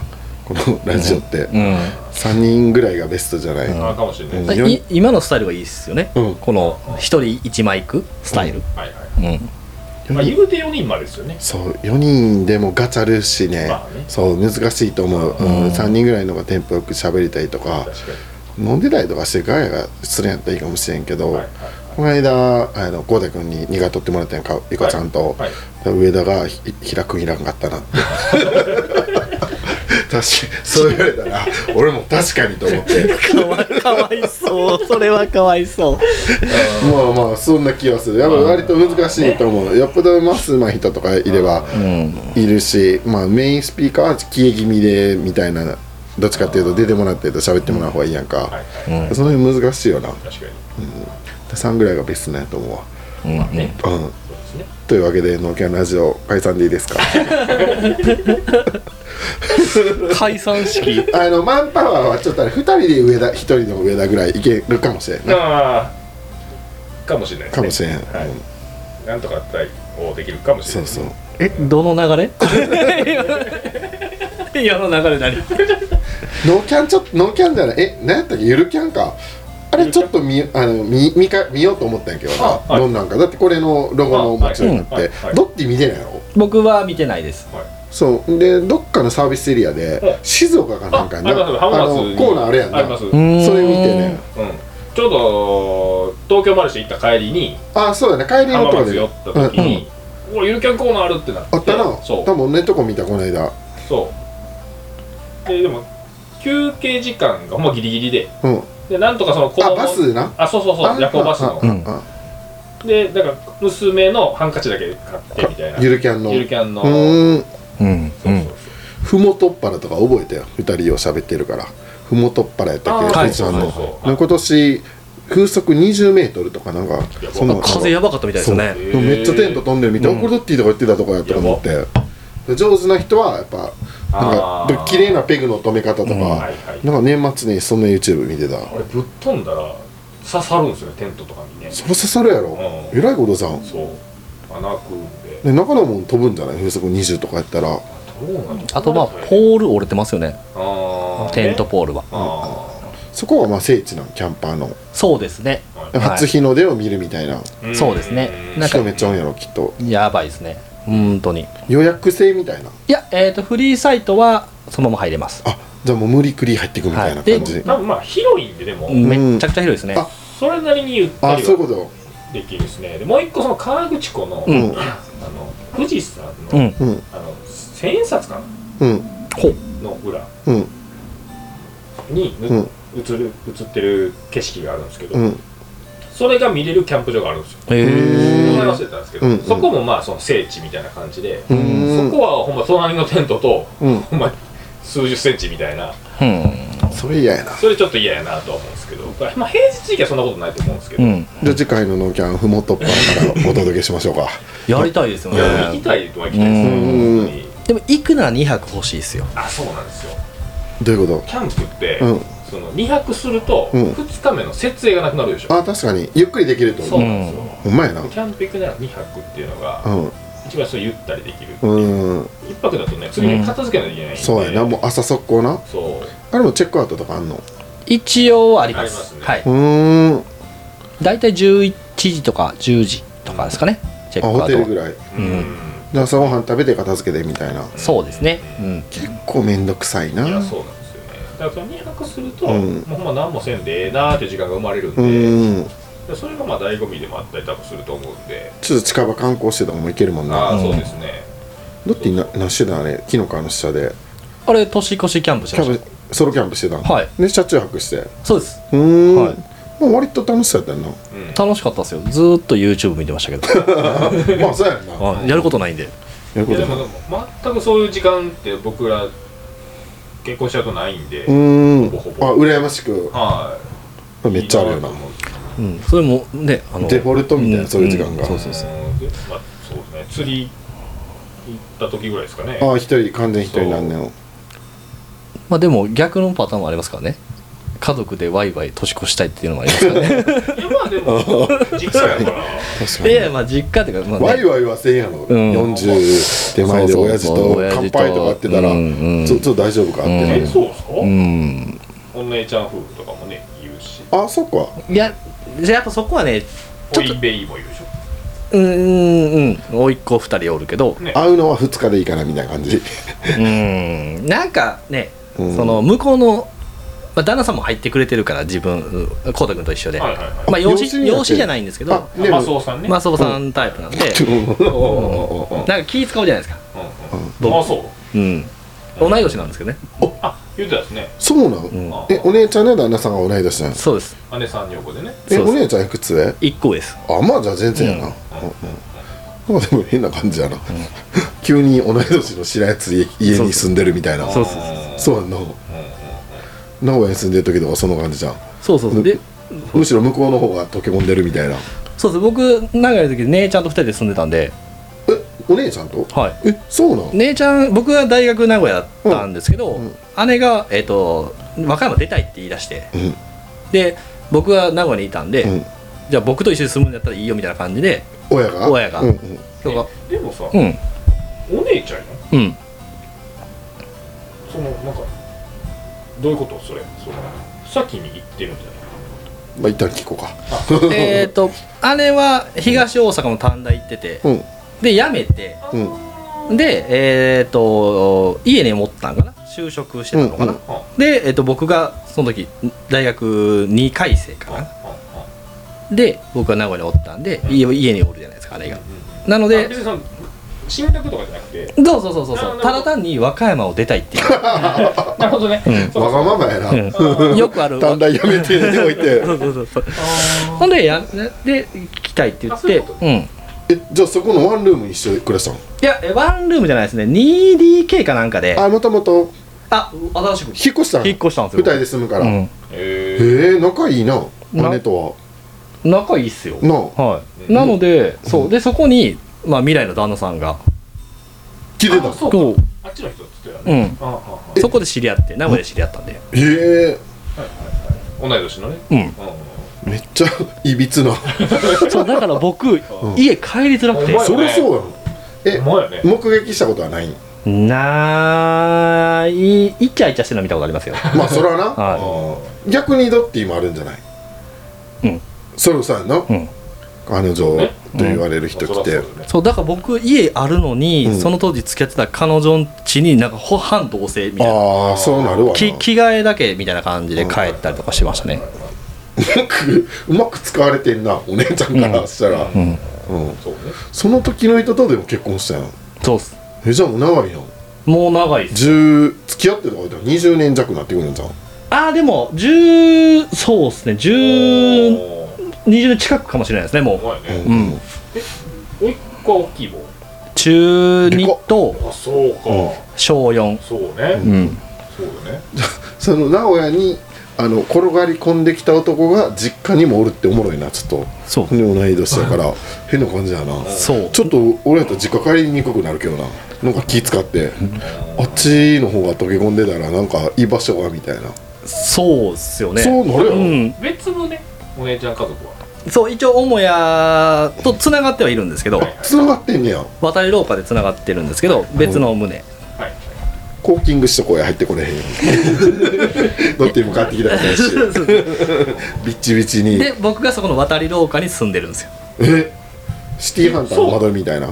S3: このラジオって、
S2: うん
S3: 3人ぐらいがベストじゃない、
S1: ああかもしれないです、
S3: うん
S2: い今のスタイルがいいですよね、
S3: うん
S2: この一人一マイクスタイル、
S1: はいはい
S2: うん
S1: まあ言うて4人までですよね
S3: そう4人でもガチャるしね,、
S1: まあね
S3: そう難しいと思う、うん3人ぐらいの方がテンポよく喋りたいとか
S1: 確かに
S3: 飲んでたりとかしてガヤがするんやったらいいかもしれんけ
S1: は
S3: ど、
S1: いはい
S3: この間あの豪太君に苦取ってもらったやんかゆかちゃんと、
S1: はい
S3: 上田がひ「開く開かんかったな」 って確かにそう言われたら俺も確かにと思って
S6: かわかわいそうそれはかわいそう
S3: まあまあそんな気はするやっぱ割と難しいと思うよっぽどマスうまい人とかいればいるし、まあ、メインスピーカーは消え気味でみたいなどっちかっていうと出てもらってると喋ってもらう方がいいやんか、
S1: はい
S3: その辺難しいよな
S1: 確かに
S3: 3ぐらいがベストなんやと思うわ
S1: まあね
S3: うん
S1: そうですね
S3: というわけで「ノーキャンラジオ」解散でいいですか
S6: 解散式
S3: あのマンパワーはちょっとあれ2人で上田1人の上田ぐらいいけるかもしれんな
S1: ああかもしれないですね
S3: かもしれん、
S1: は
S3: うん
S1: いなんとか対応できるかもし
S3: そ
S1: れ
S3: う
S1: ない
S3: そう
S2: えどの流れ
S6: 今の流れ何
S3: ノーキャンちょっとノーキャンじゃないえ何やったっけゆるキャンかあれちょっと見あの見見か見ようと思ったんやけどな、
S1: あはい
S3: どんなんかだってこれのロゴの
S1: あ
S3: モチーフになって、
S1: はいはいはい
S3: ドッティ見てないやろ
S2: 僕は見てないです
S3: そうでどっかのサービスエリアで、
S1: はい
S3: 静岡かなんかにな
S1: ああります浜松
S3: の
S1: に
S3: コーナーあれやんな
S1: あります
S3: そ
S1: うん
S3: れ見てね
S1: ちょうど東京マルシェ行った帰りに
S3: あそうだね帰りの
S1: 浜
S3: とこ
S1: 松
S3: で、
S1: 寄った時に「おいゆるキャンコーナーある」ってなって
S3: あったな
S1: そう
S3: 多分ねとこ見たこの間
S1: そうででも休憩時間がほんまギリギリで
S3: うん
S1: でなんとかその子
S3: あ
S1: 供
S3: バスな
S1: あそうそうそう夜行バスの
S3: ああ
S2: うん
S3: あ
S1: でだから娘のハンカチだけ買ってみたいな
S3: ゆるキャンの
S1: ゆるキャンの
S3: うーん
S2: うん
S1: そうそうそう
S3: ふもとっぱらとか覚えたよ二人を喋ってるからふもとっぱらやったっけ
S1: あー
S3: 藤さん
S1: は
S3: の
S1: いそうそうそう
S3: なんか今年風速20メートルとかなんか
S1: やば
S3: そんなの
S2: 風やばかったみたいですよね
S1: そう
S3: めっちゃテント飛んでるみたいな、
S2: うん
S3: これドッティとか言ってたとこやとか思って上手な人はやっぱな
S1: あ
S3: ん
S1: ー
S3: か綺麗なペグの止め方とか、
S2: うん
S1: はいはい
S3: なんか年末にそんな YouTube 見てた
S1: あれぶっ飛んだら刺さるんですよねテントとかにね
S3: それ刺さるやろ
S1: うん
S3: えらいことさん
S1: そう穴開くんで
S3: で中のもん飛ぶんじゃない風速20とかやったら
S1: どうなの
S2: あとまあポール折れてますよね
S1: あー
S2: テントポールは
S1: あ
S3: そこはまあ聖地なんキャンパーの
S2: そうですね
S1: ー
S2: はい
S3: 初日の出を見るみたいな、
S1: うん
S2: そうですねなんか
S3: 人めっちゃ多いやろきっと
S2: やばいですね本当に
S3: 予約制みたいない
S2: やえっ、とフリーサイトはそのまま入れます
S3: あじゃあもう無理くり入っていくみたいな感じ、
S2: は
S1: 多分まあ広いんででも、
S2: うんめっちゃくちゃ広いですね
S3: あ
S1: それなりにゆった
S3: あ
S1: り
S3: そういう
S1: は
S3: こ
S1: できるですねでもう一個その河口湖の,、
S2: うん
S1: あの富士山
S2: う
S1: の,、
S2: ん
S3: とうん
S1: あの千円札か
S3: うん
S2: ほう
S1: なの裏
S3: うん
S1: にぬ、
S3: うん
S1: 映る映ってる景色があるんですけど、
S3: うん
S1: それが見れるキャンプ場があるんですよ
S2: へ
S3: う
S1: 名
S3: ん
S1: 前
S2: え
S1: 忘れたんですけど、
S3: うん
S1: そこもまあその聖地みたいな感じで、
S3: う
S1: そ
S3: ん
S1: こはほんま隣のテントと
S3: うん
S1: ほんま数十センチみたいな
S2: うん
S3: それ嫌やな
S1: それちょっと嫌やなとは思うんですけど、まあ、平日時期はそんなことないと思うんですけど、
S2: うん
S3: じゃあ次回のノーキャンふもとっぱらからお届けしましょうか
S2: やりたいですよ
S1: いや行
S2: ね
S1: きたいとは行きたいですね、
S3: うん
S1: 本当に
S2: でも行くなら2泊欲しいですよ
S1: あそうなんですよ
S3: どういうこ
S1: キャンプって、
S3: うん
S1: その2泊すると
S3: うん
S1: 2日目の設営がなくなるでし
S3: と
S1: ょ、
S3: あ確かにゆっくりできると
S1: そう
S3: 思う
S1: なんですよ、
S3: ほんまやな
S1: キャンプ行くなら2泊っていうのが
S3: う
S1: 一番そうゆったりできる、
S3: んうん
S1: 一1泊だとね次の日片付けないといけないんで、
S3: そうやなもう朝速攻な
S1: そう
S3: あれもチェックアウトとかあんの
S2: 一応ありま
S1: あります
S2: す
S1: ね
S2: はい
S3: うんあ
S2: 大体11時とか10時とかですかねチェックア
S3: ホ
S2: ウ
S3: テ
S2: ト
S3: ル
S2: は
S3: ぐらい
S1: うん、
S3: で朝ごはん食べて片付けてみたいな
S2: そうですねうん
S3: 結構めんどくさいない
S1: やそうなんですよねだからその2泊すると、
S3: うん
S1: もうほんま何もせんでええなーっていう時間が生まれるん
S3: う
S1: で、
S3: ん
S1: でそれがまあ醍醐味でもあったり多分すると思うんで、
S3: ちょっと近場観光してたも行けるもん
S1: あ
S3: な
S1: あそうですね、
S3: だってな何してたんあれキノコの下で
S2: あれ年越しキャンプし
S3: キ
S2: ま
S3: ャ
S2: し
S3: ンプソロキャンプしてたん、
S2: はい
S3: で車中泊してう
S2: たそうです
S3: ーん、
S2: はい
S3: まあ、割と楽しそうやったよな
S2: 楽しかったですよずーっと YouTube 見てましたけど
S3: まあそうやん な
S2: はいやることないんで
S3: やる
S1: い
S3: こ
S1: や
S3: と
S1: で
S3: ない
S1: もでも全くそういう時間って僕ら結婚したことないんで、
S3: うーん
S1: ほぼほぼ
S3: あ羨ましく
S1: は
S3: めっちゃあるよな
S1: と思う
S2: うんそれもねあの
S3: デフォルトみたいなそういう時間が
S2: そうそうそう
S1: うんでまあそうですね釣り行った時ぐらいですかね
S3: ああ一人完全一人なんねん
S2: まあでも逆のパターンもありますからね家族でワイワイ年越したいっていうのもありますからね
S1: いやまあでも実家やから
S3: 確
S2: い
S3: かに
S2: やいやまあ実家っていうか、まあね
S3: ワイワイはせんやろ、
S2: うん
S3: 40手前で
S2: そうそうそう
S3: 親父と
S2: 親
S3: 乾
S2: 父と
S3: 杯とかやってたら、
S2: うんうん
S3: ちょちょっと大丈夫かってな
S1: え
S3: る、
S1: そうですか、
S2: うん
S1: お姉ちゃん夫婦とかもね言うし
S3: あそっか
S2: いやじゃあやっぱそこはね
S1: おいべいも言うでしょ
S2: うんうんうん甥っ子2人おるけど
S3: 会うのは2日でいいかなみたいな感じ
S2: うんなんかね、
S3: うん
S2: その向こうの、まあ、旦那さんも入ってくれてるから自分浩太君と一緒で、
S1: はいはいはい
S2: まあ養
S3: 養子
S2: 子
S3: になって
S2: 養子じゃないんですけど
S3: あね
S1: マスオさんね、
S2: マスオさんタイプなんで、
S1: うん
S2: なんか気使うじゃないですか、
S1: うんうん、あそう
S2: うん、同い年なんですけどね
S1: あ言うてたですね
S3: そうなん、
S2: ん
S1: あ
S3: えお姉ちゃんの旦那さんが同い年なんです
S2: そうです
S1: 姉さん女房でね
S3: え
S2: そう
S3: お
S2: そう
S3: 姉ちゃんいくつ上
S2: 1個です
S3: あまあじゃあ全然やな、うんうんなんかでも変な感じやな、急に同い年の白やつ家家に住んでるみたいな
S2: そうそう
S3: そうやんな、名古屋に住んでる時とかその感じじゃん
S2: そうそうそうで
S3: むしろ向こうの方が溶け込んでるみたいな
S2: そうです僕長い時姉ちゃんと2人で住んでたんで
S3: えお姉ちゃんと
S2: はい
S3: えそうなん
S2: 姉ちゃん僕は大学名古屋だったんですけど、姉が、えっと和歌山出たいって言い出して、
S3: ん
S2: で僕は名古屋にいたんで、
S3: うん
S2: じゃあ僕と一緒に住むんだったらいいよみたいな感じで
S3: 親が
S2: 親が
S3: うんうん
S2: そうか
S1: でもさ、
S2: うん
S1: お姉ちゃんやん
S2: うん
S1: そのなんかどういうことそれその先に行ってるんじゃない
S3: まあ一旦聞こうか
S2: えっと姉は東大阪の短大行ってて、
S3: うん
S2: で辞めて
S3: うん
S2: でえっ、と家に持ったんかな就職してたのかな、
S3: う
S1: う
S3: ん
S1: ん
S2: で、えっと僕がその時大学2回生かなで僕は名古屋におったんで、家家におるじゃないですか姉がなの
S1: で
S2: で
S1: 別にその進学とかじゃなくて
S2: そうそうそうそう
S1: なる
S2: そ
S1: ほ
S2: う
S1: ど
S2: ただ単に和歌山を出たいっていう
S1: なるほどね、
S2: うん
S1: そう
S3: わがままやな、
S2: うんよくある
S3: 短大やめてでおい て
S2: そうそうそうそうほんでやで来たいって言
S1: あ
S2: っ
S1: そうい
S2: て
S1: うこ
S2: うんい
S3: えじゃあそこのワンルーム一緒に暮らしたの
S2: やえワンルームじゃないですね 2DK かなんかであ
S3: あもともと
S2: 新しく
S3: 引っ越したの
S2: 引っ越したんです
S3: 二
S2: よ
S3: 人で住むから、へ
S1: えー
S3: え仲いいな
S2: な
S3: 姉と
S2: うん仲いいっすよ
S3: はなあ
S2: はいなのでそうでそこにまあ未来の旦那さんが
S3: 来てた
S1: あそうか
S2: こ
S1: あっちの人っつってた
S2: う
S1: ね、
S2: ん
S1: あああ
S2: そこで知り合って名古屋で知り合ったんで
S3: へえ
S1: あ同い年のね、
S2: うん
S1: うんうん
S3: めっちゃいびつな
S2: そうだから僕家帰りづらくて
S1: お前
S3: そりゃそうやろえ
S1: ほんまやね
S3: 目撃したことはないん
S2: なーいイチャイチャしてるの見たことありますよ
S3: まあそれ はな、
S2: は
S3: 逆にどって今あるんじゃない
S2: うん
S3: それさやな、
S2: うん
S3: 彼女と言われる人来て、
S1: まあそらそうだよね
S2: そうだから僕家あるのに、
S3: ん
S2: その当時付き合ってた彼女ん家になんかほ半同棲みたいな
S3: ああそうなるわな
S2: き着替えだけみたいな感じで帰ったりとかしてましたね、
S3: うまく うまく使われてんなお姉ちゃんからしたら、うん
S1: そうね
S3: その時の人とでも結婚したやん
S2: そうっす
S3: えじゃあもう長いやん
S2: もう長いっす
S3: 10付き合ってるとか言ったら20年弱になってくるんじゃん
S2: ああでも10そうっすね1020
S1: おー
S2: 年近くかもしれないですねも
S1: ほんまやね
S2: ううん
S1: おいっ子は大きい棒
S2: 中2と
S1: あそうか、
S2: 小4
S1: そうね、
S2: うん
S1: そうよね
S3: その名古屋にあの転がり込んできた男が実家にもおるっておもろいなちょっと
S2: そう
S3: で同い年だから変な感じやな
S2: そう
S3: ちょっと俺やったら実家帰りにくくなるけどななんか気使ってあっちの方が溶け込んでたらなんか居場所がみたいな、
S2: そうっすよね
S3: そうなるやろ、
S2: うん、
S1: 別のねお姉ちゃん家族は
S2: そう一応母屋とつながってはいるんですけど
S3: つながってんねや
S2: 渡り廊下でつながってるんですけど別の胸、
S1: はい
S3: コーキングしとこうや入って これへんよだって今帰ってきたらしいビッチビチに
S2: で僕がそこの渡り廊下に住んでるんですよ、
S3: えシティハンターの窓みたいな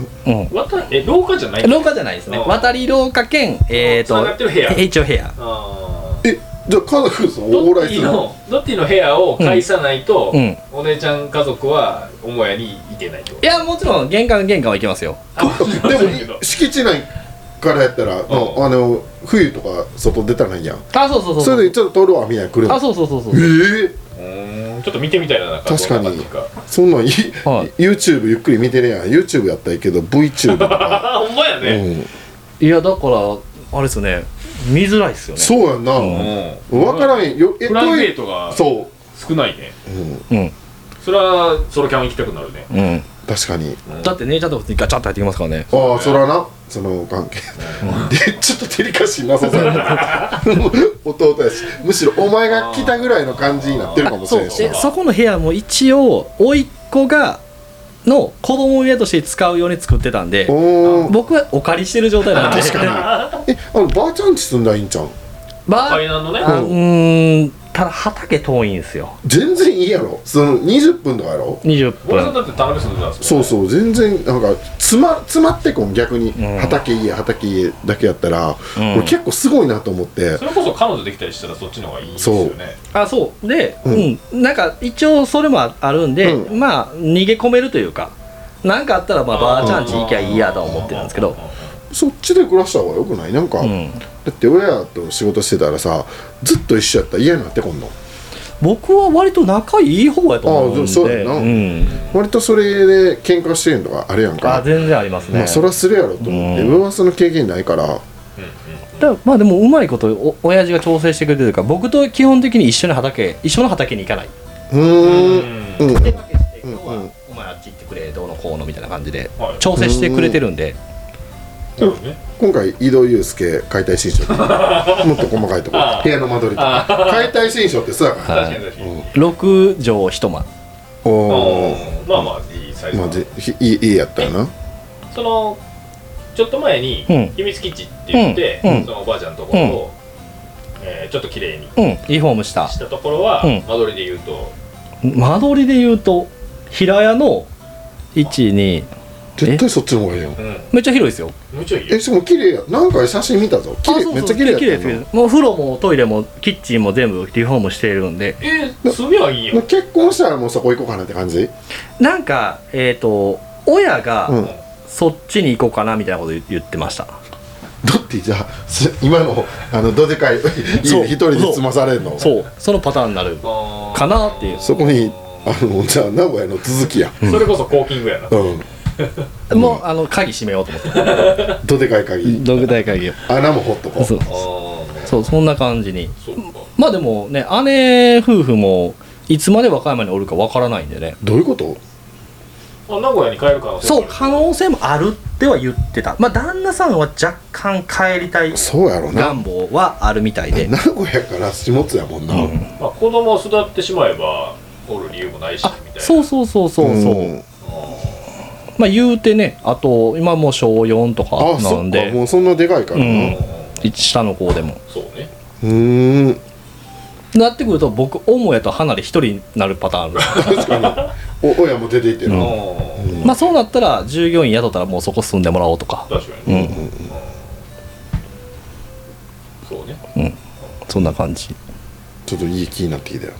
S1: わたえ廊下じゃない
S2: 廊下じゃないですね
S1: うん
S2: 渡り廊下兼えー、
S1: つながってる部屋
S2: と一応部屋
S1: あ
S3: えじゃあ家族さん
S1: ド
S3: 往
S1: ッ
S3: 来
S1: テ
S3: す
S1: ィ
S3: るの
S1: のドッティの部屋を返さないと、
S2: うんうん
S1: お姉ちゃん家族は母屋に行けないってこ
S2: いやもちろん玄関玄関は行きますよ
S1: と
S3: で
S1: あそうだけど
S3: も敷地内からやったら、あの冬とか外出たらいいやん
S2: あそうそうそう
S3: それでちょっと通るわみたいな車
S2: あそうそうそうそう
S3: ええ
S1: うーんちょっと見てみたいななん
S3: 確かに
S1: どんな感じか
S3: そんなんい、
S2: はい
S3: YouTube ゆっくり見てるやん YouTube やったらいいけど VTube と か、
S1: あほんまやね、
S2: いやだからあれですよね見づらいっすよ
S3: うん、
S2: ね
S3: そうやんな、
S1: う
S3: わ
S1: ん
S3: 分からんよえ
S1: プライベー
S3: ト
S1: トが
S3: そ
S1: 少ないね
S3: う、うん、
S2: う
S1: それはソロキャン行きたくなるね
S2: んうん
S3: 確かに
S2: だって姉ちゃんとこにガチャッと入ってきますからね
S3: ああそらなその関係でちょっとデリカシーなさそうやな 弟やしむしろお前が来たぐらいの感じになってるかもし
S2: そう
S3: れんし
S2: でそこの部屋も一応甥っ子がの子供部屋として使うように作ってたんで
S3: おお
S2: 僕はお借りしてる状態なんで
S3: 確か にえあのばあちゃんち住んだらいいんちゃうん
S2: まあ
S1: 階段のね
S2: あうーんただ畑遠いんですよ
S3: 全然いいやろその20分とかやろ
S2: 20
S1: 俺さん
S2: 分
S1: だって田辺住んでたんです
S3: そうそう全然なんか詰ま詰まってこん逆に、
S2: ん
S3: 畑家畑家だけやったら、
S2: ん
S3: 俺結構すごいなと思って
S1: それこそ彼女できたりしたらそっちの方がいいですよね
S2: あそうで、
S3: う
S2: うんんなんか一応それもああるんで、
S3: う
S2: まあ逃げ込めるというか何かあったらまあばあちゃんち行きゃいいやとは思ってるんですけど
S3: そっちで暮らした方がよくないなんか、
S2: うん
S3: だって親と仕事してたらさずっと一緒やったら嫌になってこんの
S2: 僕は割と仲いい方やと思うん
S3: あ
S2: で
S3: そうやな
S2: うん、
S3: 割とそれで喧嘩してんとかあれやん
S2: あ
S3: か
S2: 全然ありますね、
S3: まあそらするやろと思って、
S2: う
S3: うんはその経験ないから
S2: だからまあでもうまいことお親父が調整してくれてるから僕と基本的に一緒に畑一緒の畑に行かない
S3: うんーん
S1: ん
S3: うんうん
S2: 手分けして
S3: うん
S2: 今日はお前あっち行ってくれどうのこうのみたいな感じで
S1: はい
S2: 調整してくれてるんで
S1: そうね
S3: 今回井戸祐介解体 新書もっと細かいとこ
S1: あー
S3: 部屋の間取りとか解体新書ってそうやから
S1: 確かに確かに
S2: 6畳一間
S3: おお
S1: うんまあまあいいサイズ
S3: まあ
S1: だ
S3: ぜひいいいいやったよな
S1: そのちょっと前に
S2: うん
S1: 秘密基地って言って
S2: うん
S1: そのおばあちゃんのところをえーちょっと綺麗に
S2: うんリフォームした
S1: したところは
S2: うん
S1: 間取りで言うと
S2: 間取りで言うと平屋の12
S3: 絶対そっちの方がいいよ
S1: うん
S2: めっちゃ広いですよ
S1: もうちょいいよ
S3: えしかも綺麗や何回写真見たぞ綺
S2: あ
S3: 麗
S2: そうそう
S3: めっちゃ綺麗やったよな
S2: ですもう風呂もトイレもキッチンも全部リフォームしているんで
S1: え住みはいい
S3: もう
S1: よ
S3: 結婚したらもうそこ行こうかなって感じ
S2: なんかえっ、と親
S3: う
S2: が
S3: ん
S2: そっちに行こうかなみたいなこと言言ってました、
S3: だってじゃあす今のあのどでかい家
S2: そう
S3: に一人で済まされるのそ
S2: そうそのパターンになる
S1: あー
S2: かなっていう
S3: こにあのじゃあ名古屋の続きや
S1: それこそコーキングやな
S3: うん
S2: もうあの鍵閉めようと思って
S3: どでかい鍵
S2: 道具大会議を
S3: 穴も掘っとこ
S2: そう
S1: あー
S2: そうそんな感じに
S1: そうか
S2: まあでもね姉夫婦もいつまで和歌山におるかわからないんでね
S3: うどういうこと
S1: あ名古屋に帰る可能性
S2: そう
S1: もあ
S2: 可能性もあるっては言ってたまあ旦那さんは若干帰りたい
S3: そうやろな
S2: 願望はあるみたいで
S3: 名古屋から下津やもんな、
S1: るまあ子供を育ってしまえばおる理由もないしみたいな
S2: そうそうそうそうそう、
S3: うん
S2: まあ言うてねあと今もう小4とか
S3: あ
S2: な
S3: そ
S2: ん
S3: っか
S2: で
S3: もうそんなでかいからな
S2: う
S3: うん
S2: 下の子でも
S1: そうね
S3: ーん
S2: なってくると僕母屋と離れ一人になるパターンある
S3: 確かにお親も出ていってる
S1: あ
S3: な、
S1: ー
S2: まあそうなったら従業員雇ったらもうそこ住んでもらおうとか
S1: 確か
S2: う
S1: に
S2: ん
S1: そうね
S2: そんな感じ
S3: ちょっといい気になってきたよ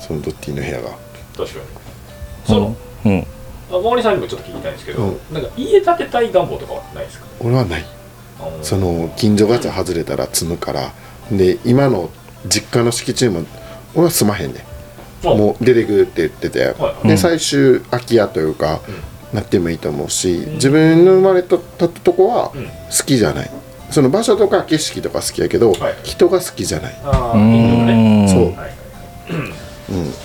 S3: そのドッティの部屋が
S1: 確かにその
S2: うん
S1: あ毛利さんにもちょっと聞きたいんですけど、
S3: うん
S1: なんか家建てたい願望とかはないですか
S3: 俺はないその近所ガチャ外れたら積むからで今の実家の敷地にも俺は住まへんね
S1: あ
S3: もう出てくるって言ってて、
S1: はい
S2: うん
S3: で最終空き家というか、なってもいいと思うし、自分の生まれたたとこは
S1: うん
S3: 好きじゃない、その場所とか景色とか好きやけど、
S1: はい
S3: 人が好きじゃない、
S1: ああ近所のね
S2: ん
S3: そう
S1: はいはい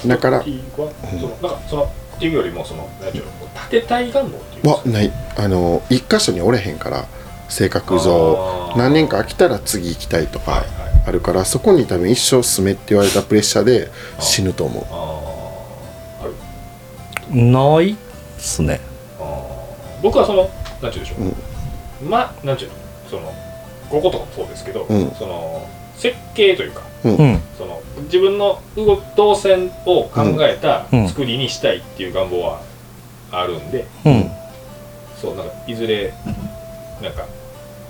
S3: うん、だから
S1: いいわそのなんかそのっていうよりもそのなんていうの建てたい願望っていうんです
S3: は
S1: か
S3: ないあの一箇所におれへんから性格
S1: あ
S3: 上
S1: ー
S3: 何年か飽きたら次行きたいと
S1: は
S3: か
S1: いはい
S3: あるからそこに多分一生住めって言われたプレッシャーで死ぬと思う
S1: あーある
S2: ないっすね
S1: あー僕はそのなんていうんでしょう、まなんていうのそのこことかもそうですけど、
S3: うん
S1: その設計というか
S2: うん
S1: その自分の動き動線を考えた作りにしたいっていう願望はあるんで、
S2: うん
S1: そうなんかいずれなんか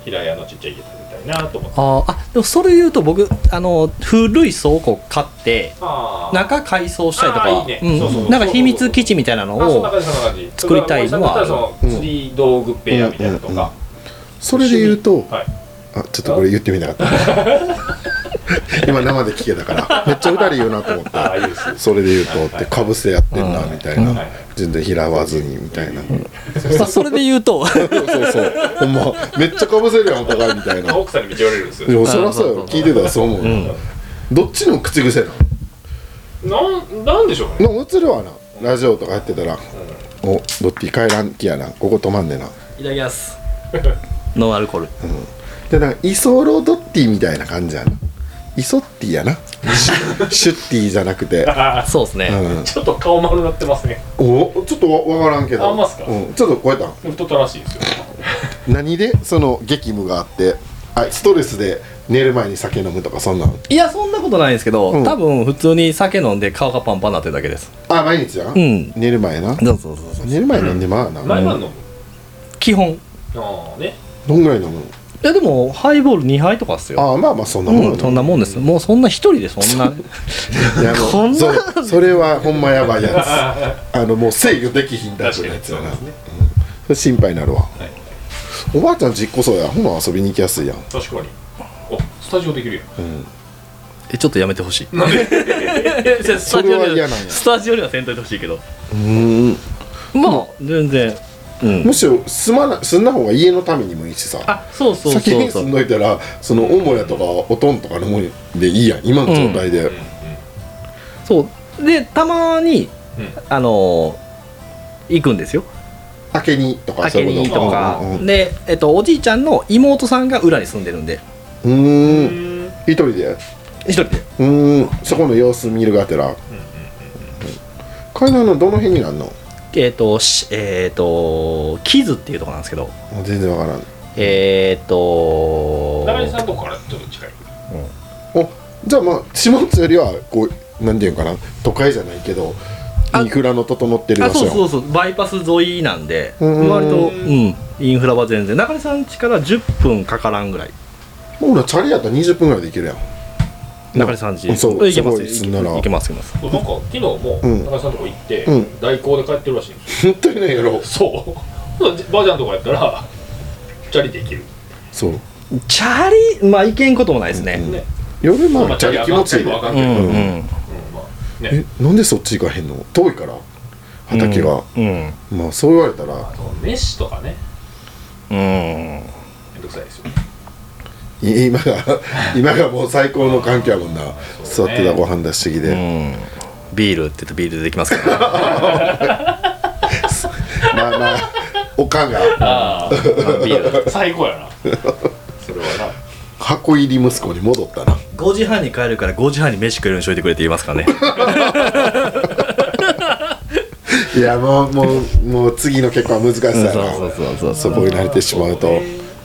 S1: 平屋のちっちゃい家建ててたいなと思って
S2: あーあでもそれ言うと僕あの古い倉庫買って
S1: あー
S2: 中改装したりとか
S1: あーいいねそうそう
S2: う
S1: そ
S2: ん
S1: う
S2: なんか秘密基地みたいなの
S1: あそんな
S2: を
S1: 感じそんな感じ
S2: 作りたいのは
S1: それは森さんだったらその釣り道具部屋みたいなのとか、
S3: うんうんうんそれで言うと
S1: はい
S3: あちょっとこれ言ってみ なかった今生で聞けたからめっちゃ歌り言うなと思っ
S1: ああ
S3: た
S1: いいですよ
S3: それで言うとってかぶせやってんなみたいな
S1: はい
S3: 全然拾わずにみたいな
S2: まあそれで言 うと
S3: そうそうそうほんまめっちゃかぶせるやんお互いみ たいな
S1: 奥さんに見てられるんですよ
S3: でもそらそうやろ聞いてたらそう思う、
S2: ん
S3: どっちの口癖なの
S1: なんなんでしょうね
S3: の映るわなラジオとかやってたら「おどっち帰らんきやなここ止まんねんな」
S2: いただきます ノンアルコール
S3: でなんかイソロドッティみたいな感じやなイソッティやなシュ シュッティじゃなく て、
S2: そうですね、
S3: うん、
S1: ちょっと顔丸なってますね
S3: おちょっとわわからんけど
S1: あほんまっすか
S3: うん、ちょっと超えたん
S1: 太ったらしいですよ
S3: 何でその激務があってあストレスで寝る前に酒飲むとかそんなん
S2: いやそんなことないんですけど、
S3: うん
S2: 多分普通に酒飲んで顔がパンパンになってるだけです
S3: あ毎日やん、
S2: うん
S3: 寝る前な
S2: そうそうそうそう
S3: 寝る前飲んでまあな、
S1: 毎晩飲む
S2: 基本い
S1: ああね
S3: どんぐらい飲むの
S2: やでもハイボール2杯とかっすよ
S3: ああまあまあそんなもん、
S2: うん、そんなもんですもうそんな一人でそんな
S3: いやもう
S2: こんな
S3: そうそれはほんまやばいやつあのもう制御できひんタイ
S1: 確
S3: プの
S1: か
S3: や
S1: に
S3: つ
S1: そ
S3: や
S1: う
S3: な
S1: ですね
S3: それ心配になるわ、
S1: い
S3: おばあちゃん実こそうやほな遊びに行きやすいやん、
S1: 確かにおスタジオできるよ
S3: うん、
S2: えちょっとやめてほしい ス
S3: それは嫌なんや
S2: スタジオにはせんといてほしいけど
S3: うん
S2: まあ全然うん
S3: むしろ住まな住んだ方が家のためにもいいしさ
S2: あそうそう
S3: 先
S2: そう
S3: に
S2: そ
S3: 住ん
S2: う
S3: どいたらその母屋とかおとんとかのもんでいいやん今の状態で、
S1: うん
S2: そうでたまに、
S1: うん
S2: あのー行くんですよ
S3: 明けにとか
S2: 明
S3: そう
S2: け
S3: いう
S2: に
S3: こと
S2: とか
S3: うんうん
S2: で、えっと、おじいちゃんの妹さんが裏に住んでるんで
S3: うんうーん
S1: うんうん
S3: 一人で
S2: 一人で
S3: うーんそこの様子見るがてら階段のどの辺にあんの
S2: えっ、としえっ、とキズっていうとこなんですけど
S3: もう全然わからん
S2: えっ、と
S1: 中西さんとこからちょっと近い
S3: じゃあまあ下津よりはこうなんていうんかな都会じゃないけど
S2: あ
S3: インフラの整ってる
S2: あ
S3: 場所
S2: そう
S3: やん
S2: そうそうバイパス沿いなんで
S3: うん
S2: 割と、うん、インフラは全然中根さん家から10分かからんぐらい
S3: もうなチャリやったら20分ぐらいで行けるやん
S2: 中根さん家
S3: そう
S2: いけます
S3: すごい
S2: い
S3: すんなら
S2: けいけますいけます
S1: そうなんか昨日も
S3: うん
S1: 中西さんとこ行って
S3: うん
S1: 代行で帰ってるらしいんですよ
S3: 本当にねやろ
S1: そうそうばあちゃんとかやったらチャリで行ける
S3: そう
S2: チャリまあ行けんこともないですね
S1: ね
S3: 夜ま
S1: ま
S3: あ
S1: あ
S3: チャリ気持ちいい
S1: チャリ上が
S2: う
S1: っ
S2: ん
S1: て
S2: う
S1: るわかんけどう
S2: ん、
S1: んまあね
S3: えなんでそっち行かへんの遠いから畑が、
S2: うん
S3: まあそう言われたら
S1: あと飯とかね
S2: うん
S1: めんどくさいですよ
S3: い今が 今がもう最高の環境やもんな、座
S1: そう
S3: っ
S1: ね
S3: てたご飯出してき
S2: う
S3: て、
S2: んビールって言うとビールでできますからね
S3: まあまあおかんが
S1: あ
S2: まあ ビール
S1: あ最高やなそれは
S3: 箱入り息子に戻ったな
S2: 5時半に帰るから5時半に飯食えるようにしといてくれって言いますからね
S3: いやもうもうもう次の結婚は難しさやな
S2: そうそうそう
S3: そこに慣れてしまうと。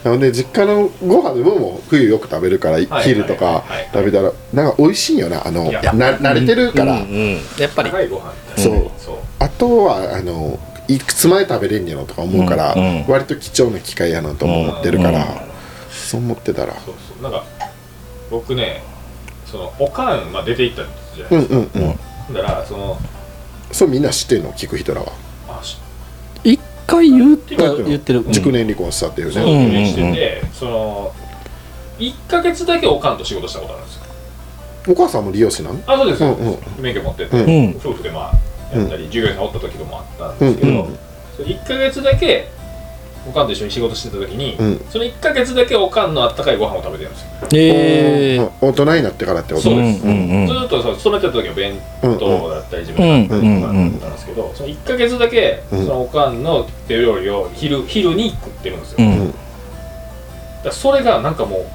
S3: なので実家のご飯でももう冬よく食べるから
S1: はい
S3: 昼とか
S1: はいはい
S3: 食べたらなんか美味しいんよなあの
S1: いや
S3: な慣れてるから、
S2: うんうん、やっぱ
S1: な
S2: り
S1: 高いご飯
S3: そう
S1: そう
S3: あとはあのいくつまで食べれんやろとか思うから、
S2: うんうん
S3: 割と貴重な機会やなとも思ってるから、そう思ってたら
S1: そうそうなんか僕ねそのおかん、まあ、出て行ったじゃな
S3: う
S1: い
S3: んうんうん
S1: だからその
S3: そうみんな知ってんの聞く人らは
S1: あし
S2: 一回言っ
S1: 言
S2: た
S1: ってる
S2: 言ってる、うん
S3: 熟年離婚したっていう
S1: そう
S3: ね、
S1: いうふうにしてて、その1か月だけおかんと仕事したことあるんですよ
S3: お母さんも利用しなん
S1: あそうです、
S3: うんうん
S1: 免許持ってて、
S3: うん
S1: 夫婦でまあやったり、従業員さんおった時ともあったんですけど、
S3: うんうん
S1: それ1か月だけおかんと一緒に仕事してた時に、
S3: うん
S1: その1か月だけおかんのあったかいご飯を食べてるんですよ
S2: え
S3: うん大人になってからってこと
S1: そうです
S2: うんうんうん
S1: ずっとそう勤めてた時は弁当だったり自
S2: うん
S1: 分で
S2: うん
S1: だったんですけど、その1か月だけそ
S3: うん
S1: のおかんの手料理を昼昼に食ってるんですよ、
S2: う
S1: だか
S2: ん
S1: らそれがなんかもう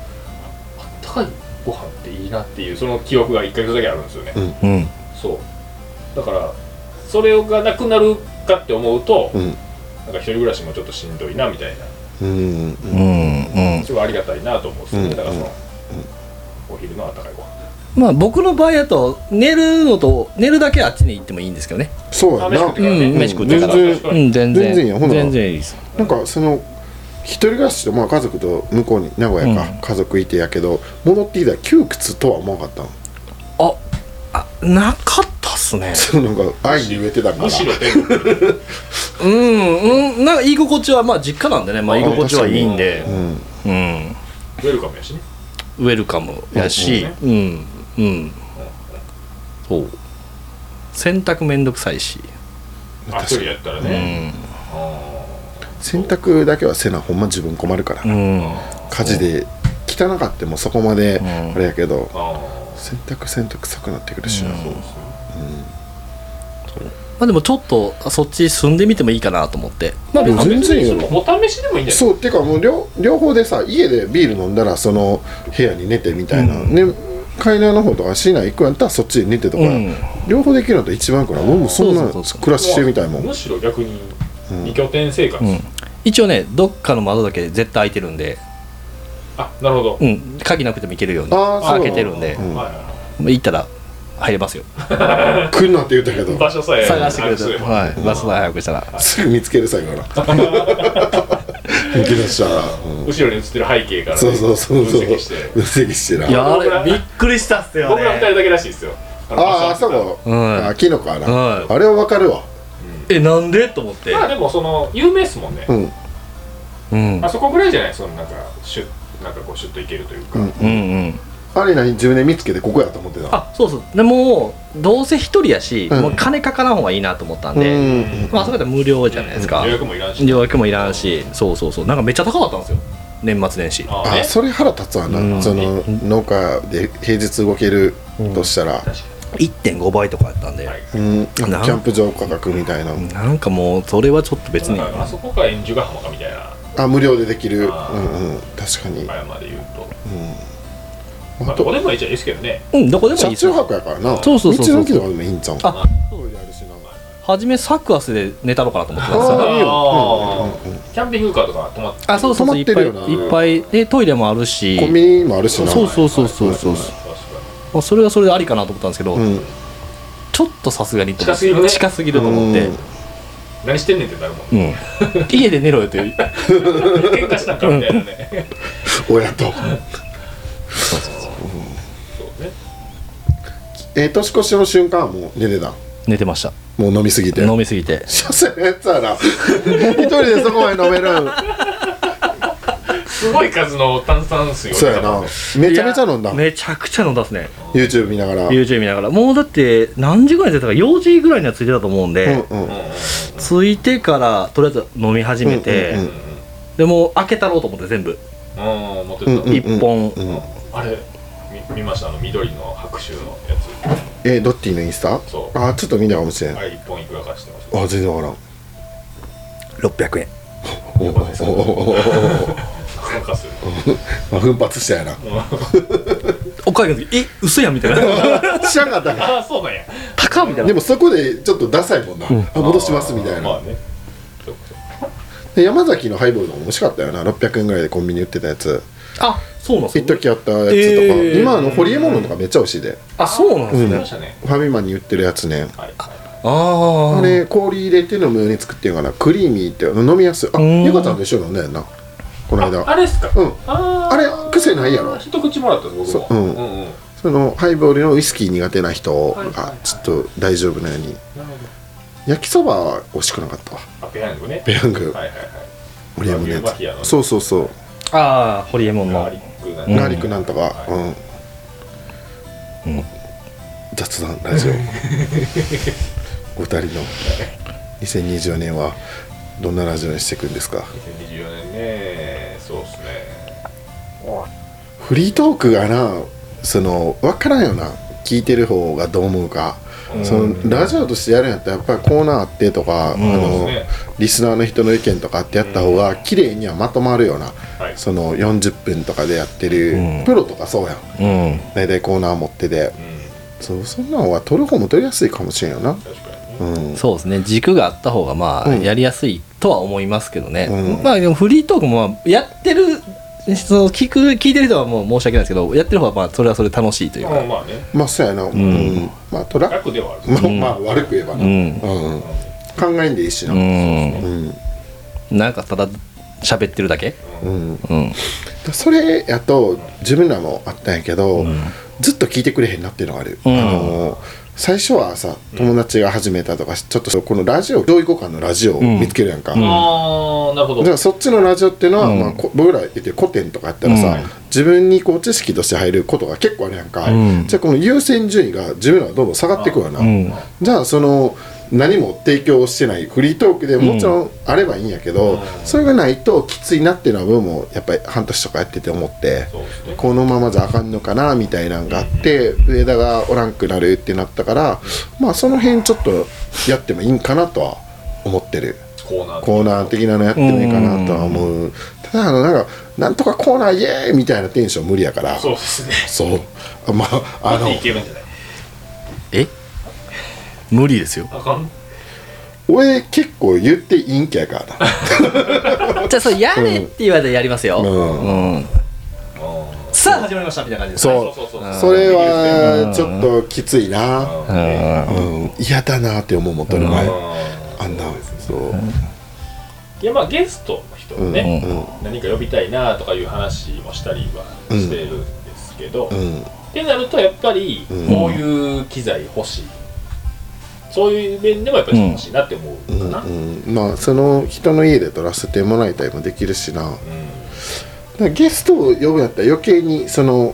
S1: ああったかいご飯っていいなっていうその記憶が1か月だけあるんですよね、
S3: うん
S2: うん
S1: そうだからそれがなくなるかって思うと、
S3: うん
S1: なんか一人暮らしもちょっとしんどいなみたいな
S3: うん
S2: うんうん
S1: すごいありがたいなと思うんですよね、
S3: うん
S1: だからその、
S3: うん
S1: お昼のあったかいご飯
S2: まあ僕の場合だと寝るのと寝るだけあっちに行ってもいいんですけどね
S3: そう
S1: あ
S3: や
S1: 飯
S3: な
S1: 食ってからね、
S2: うん飯食ってから
S3: 全然
S1: 確かに
S2: 全
S3: 全然いいよほな
S2: 全然いいです
S3: なんかその一一人暮らしで、まあ、家族と向こうに名古屋か、家族いてやけど戻ってきたら窮屈とは思わなかったの
S2: ああなかったっす ね
S3: そうなんか愛に植えてたから
S1: むしろ天国
S2: うんうんなんか居心地はまあ実家なんでねまあ居心地はいいんで
S3: うん
S2: うん
S1: ウェルカムやしね
S2: ウェルカムやしうんうんそう洗濯めんどくさいし
S1: あ一人やったら
S2: う
S1: ね、
S2: ん
S3: 洗濯だけはせなほんま自分困るから、
S2: うん
S3: 家事で汚かってもそこまで
S2: ん
S3: あれやけど、
S1: ああ
S3: 洗濯洗濯臭くなってくるしな、
S2: まあでもちょっとそっち住んでみてもいいかなと思って
S1: まあ
S3: でも全然いいよ
S1: 別にそのお試しでもいいんじゃない
S3: そうっていうかもう両両方でさ家でビール飲んだらその部屋に寝てみたいな、ね階段の方とか市内行くんやったらそっちに寝てとか、
S2: うん
S3: 両方できるのと一番いいから俺もそんな
S2: そうそうそうそう
S3: 暮らししてみたいもん
S1: むしろ逆に二拠点生活、
S2: うん一応ねどっかの窓だけ絶対開いてるんで、
S1: あなるほど、
S2: うん、鍵なくても行けるように
S3: あーそう
S2: 開けてるんで
S1: は、いはい
S2: 行ったら入れますよ
S3: 来るなって言ったけど
S1: 場所さえ
S2: 探してくれ
S1: 把握す
S2: て、
S1: ば
S2: はい、バス代早くしたら
S3: すぐ見つけるさよな抜け出したら、うん
S1: 後ろに映ってる背景からね、
S3: そうそうそうそう
S1: 分析して
S3: 分析してない
S2: や
S1: 僕ら
S2: あれびっくりしたっすよ
S1: 僕ら二
S2: ね
S1: 人だけらしいですよの
S3: あああ
S1: 朝
S3: そこ、
S2: うん
S3: あキノコあな、
S2: うん
S3: あれは分かるわ
S2: えなんでと思って
S1: まあでもその有名ですもんね、
S3: うん
S2: うん
S1: あそこぐらいじゃないそのなんかシュッなんかこうシュッといけるというか、
S3: うん
S2: うんうん
S3: あれ何自分で見つけてここやと思ってた
S2: あそうそうでもどうせ一人やし、
S3: うん
S2: もう金かからん方がいいなと思ったん
S3: うん
S2: で、まああそこで無料じゃないですか、
S1: 予約もいらんし
S2: 予約もいらんしそうそうそうなんかめっちゃ高かったんですよ年末年始
S1: ああね
S3: あそれ腹立つわな、
S2: うん
S3: その農家で平日動けるとしたら、
S1: 確か
S2: 1.5倍とかやったんで、
S1: はい
S3: うんキ
S2: なん
S3: ャンプ場価格みたいな、
S2: なんかもうそれはちょっと別
S1: に
S2: に
S1: なんかあそこか円珠ヶ浜かみたいな
S3: あ無料でできる、うん
S1: あー
S3: うん、確かに、
S1: 岡山で言うと、
S3: うん
S1: まあ、
S3: あ
S1: どことでもいいじゃんいいですけどね
S2: うんどこでもいい
S3: 車
S2: です
S3: 中
S2: よ
S3: 泊やからな
S2: そうそうそうそう
S3: 道の駅とかでもいいんちゃう
S2: あ初めサクアスで寝たろうかなと思ってたんです
S3: あ
S2: よ
S3: ーいいよ
S1: あーキャンピングカーとか泊まって
S2: あそうそうそう
S3: 止ま
S2: い
S3: っ
S2: っぱ
S3: てる
S2: い
S3: よない
S2: っぱいでトイレもあるし
S3: コンビニもあるしな
S2: そうそうそうそうそう
S1: 確か
S2: まあそれはそれでありかなと思ったんですけど、
S3: うん
S2: ちょっとさすがにと思
S1: 近
S2: って
S1: すぎるね
S2: 近すぎると思って、
S1: に何してんねんってなるもん
S2: うん 家で寝ろよって
S1: 喧嘩したんかみたいなね
S3: 親と
S1: そうね
S3: えー年越しの瞬間はもう寝てた
S2: 寝てました
S3: もう飲みすぎて
S2: 飲みすぎて
S3: 車線のやつはな一人でそこま で飲める
S1: すごい数の炭酸水を
S3: そうやなめちゃめちゃ飲んだ
S2: いやめちゃくちゃ飲んだっすね
S3: YouTube 見ながらうん
S2: YouTube 見ながらもうだって何時ぐらいに出たか4時ぐらいには着いてたと思うんで、
S3: うん
S2: 着いてからとりあえず飲み始めて、
S3: うんうん
S2: でもう開けたろうと思って全部
S1: うん持ってった、
S3: うん
S2: 一本、
S3: うん
S1: あれみ見ましたあの緑の白州のやつ
S3: えードッティのインスタあ
S1: そう
S3: ーちょっと見たかもしれん
S1: あ
S3: あ
S1: れ一本いくらかしてます
S3: ー全然わからん
S2: 600円
S3: おおおおおおお
S1: なんかする
S3: お奮発したやな
S2: おかげの時え嘘やんみたい な
S3: 知らんかったか
S1: ああそうなんや
S2: 高っみたい
S3: で
S2: な
S3: もそこでちょっとダサいもんな、あ戻しますみたいな、
S1: まあねそうそう
S3: で山崎のハイボールのも美味しかったよな600円ぐらいでコンビニ売ってたやつ
S2: あそうなんす
S3: 一
S2: か
S3: 時あったやつとか、
S2: えー
S3: 今あのホリエモンのとかめっちゃ美味しいで
S2: あそうなんす
S1: あ
S2: ね、
S1: りましたね
S3: ファミマに売ってるやつね
S1: はい
S2: あ
S3: あ
S2: あ
S3: れ氷入れて飲むように作ってるからクリーミーって飲みやすいあ
S2: ん
S3: ゆかちゃんと一緒に飲んだよなこの間
S1: ああれっすか
S3: うん
S1: あ
S3: あれ癖ないやろ
S1: 一口もらったんです僕
S3: そうう
S1: も
S3: ん
S1: うんうん
S3: そのハイボールのウイスキー苦手な人
S1: はいはいは
S3: が
S1: い
S3: ちょっと大丈夫なように
S1: なるほ
S3: 焼きそばは惜しくなかったわ
S1: どあペヤングね
S3: ペヤング
S1: はいはいはい
S3: ホリエモ
S1: 和牛
S3: ンの
S1: マフィア
S3: や
S1: の
S3: つそうそうそう
S2: あーホリエモ
S1: ガ
S2: ンの
S1: ーリックなんて
S2: うん
S3: ガーリックなんとかうん、
S2: うん
S3: 雑談ラジオお二人の2020年はどんなラジオにしていくんですか
S1: 2024年ねそうっすね
S3: フリートークがなその分からんよな聞いてる方がどう思うか、そのラジオとしてやるんやったらやっぱりコーナーあってとか、あ
S1: そう
S3: の
S1: ですね
S3: リスナーの人の意見とかあってやった方が綺麗にはまとまるような、
S1: はい
S3: その40分とかでやってる、
S2: うん
S3: プロとかそうやん
S2: うん
S3: 大体コーナー持ってて
S1: うん
S3: そうそんなのは取る方も取りやすいかもしれんよな
S1: 確かにね
S3: うん
S2: そうですね軸があった方がまあ
S3: うん
S2: やりやすいとは思いますけどね、
S3: うん
S2: まあでもフリートークもまあやってるその聞く聞いてる人はもう申し訳ないですけどやってる方はまあそれはそれ楽しいというか
S1: うんまあね
S3: まあそうやな、うん
S2: ん
S3: まあトラッ
S1: 楽ではある
S3: まあ、まあ悪く言えばな、
S2: う
S3: うん
S2: ん
S3: 考えんでいいしな、
S2: うん
S3: うん
S2: なんかただ喋ってるだけ
S3: うん、
S2: うん
S3: それやと自分らもあったんやけど、
S2: ん
S3: ずっと聞いてくれへんなっていうのがある、
S2: うん
S3: あの最初はさ友達が始めたとか、ちょっとこのラジオ上位互換のラジオを見つけるやんか、
S1: ああなるほど
S3: じゃあそっちのラジオっていうのは、
S2: うん
S3: まあ、こ僕ら言ってる古典とかやったらさ、
S2: うん
S3: 自分にこう知識として入ることが結構あるやんか、
S2: うん
S3: じゃあこの優先順位が自分らはどんどん下がってくわな、
S2: うん
S3: じゃあその何も提供してないフリートークでもちろんあればいいんやけど、
S1: うん
S3: それがないときついなっていうのは僕もやっぱり半年とかやってて思って
S1: そうですね
S3: このままじゃあかんのかなみたいなのがあって上田がおらんくなるってなったからまあその辺ちょっとやってもいいんかなとは思ってる。
S1: コーナー
S3: コーナー的なのやってもいいかなとは思うただあのなんかなんとかコーナーイエーイみたいなテンション無理やから
S1: そうですね
S3: そうあまああ
S1: あ
S3: の
S1: のいけるんじゃない
S2: え無理ですよ
S1: あかん
S3: 俺結構言っていいんきゃやからな
S2: じゃあそれやれって言われたらやりますよ、
S3: うん
S2: うん
S6: さあ始まりましたみたいな感じです
S3: そう
S1: そうそうそう
S3: それはちょっときついな
S2: うん
S3: うん嫌だなって思うもんとる前
S1: あ
S3: あんなそう
S1: いやまあゲストの人をね、
S3: うんうん
S1: 何か呼びたいなとかいう話もしたりはしてるんですけど、
S3: うん
S1: ってなるとやっぱり
S3: うん
S1: こういう機材欲しい、そういう面でもやっぱり欲しいなって思う
S3: う
S1: か
S3: ん
S1: な、うん
S3: うんまあその人の家で撮らせてもらいたりもできるしなだからゲストを呼ぶんやったら余計にその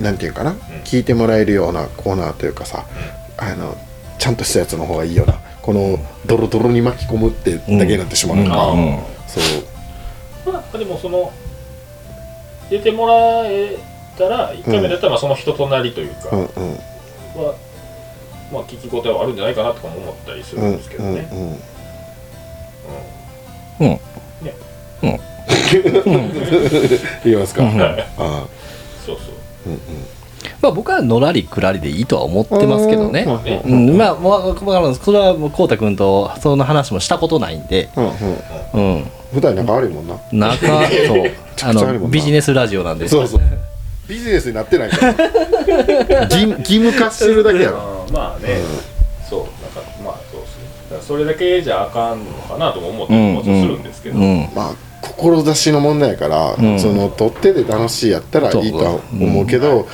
S3: なんていうかな、聞いてもらえるようなコーナーというかさ、あのちゃんとしたやつの方がいいよなこのドロドロに巻き込むってだけになってしまうのか、
S1: うんうん
S3: そう
S1: まあでもその出てもらえたら1回目だったらまあその人となりというか、
S3: うん
S1: は
S3: うん
S1: まあ聞き応えはあるんじゃないかなとかも思ったりする
S3: うんん
S1: ですけどね、
S3: うんうん
S2: うん
S3: 言いますか、
S2: うん
S3: ああ
S1: そうそう
S3: うんうん
S2: まあ僕はのらりくらりでいいとは思ってますけどね
S3: うん
S1: ね
S2: うんまあ、まあ、まあそれはもうこうたくんとその話もしたことないんで、
S3: うんうん
S2: うん、
S3: 普段仲悪いもんな
S2: 中 そう
S3: ちゃ
S2: あ
S3: くちゃあるもんな
S2: のビジネスラジオなんで
S3: そうそうビジネスになってないから義義務化してるだけやろ
S1: あーまあね、そうなんかまあそうですねだからそれだけじゃあかんのかなとも思ったりもするんですけど、
S2: うん、
S3: まあ志の問題やから、
S2: ん
S3: その取ってで楽しいやったらいいとは思うけど、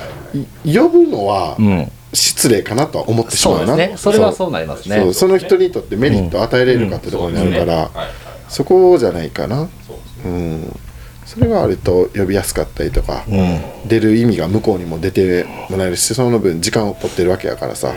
S3: い呼ぶのは
S2: うん、
S3: 失礼かなとは思ってし
S2: そ
S3: ま
S2: う
S3: う
S2: で
S3: な、
S2: すねそれはそうなります
S3: そう
S2: ね
S3: その人にとってメリットを与えれるかってとこ
S1: そう
S3: ろに
S1: ですね
S3: なるから、
S1: はいはい
S3: そこじゃないかな
S1: そうですね
S3: うんそれがあると呼びやすかったりとか、
S2: うん
S3: 出る意味が向こうにも出てもらえるしその分時間を取ってるわけやからさ、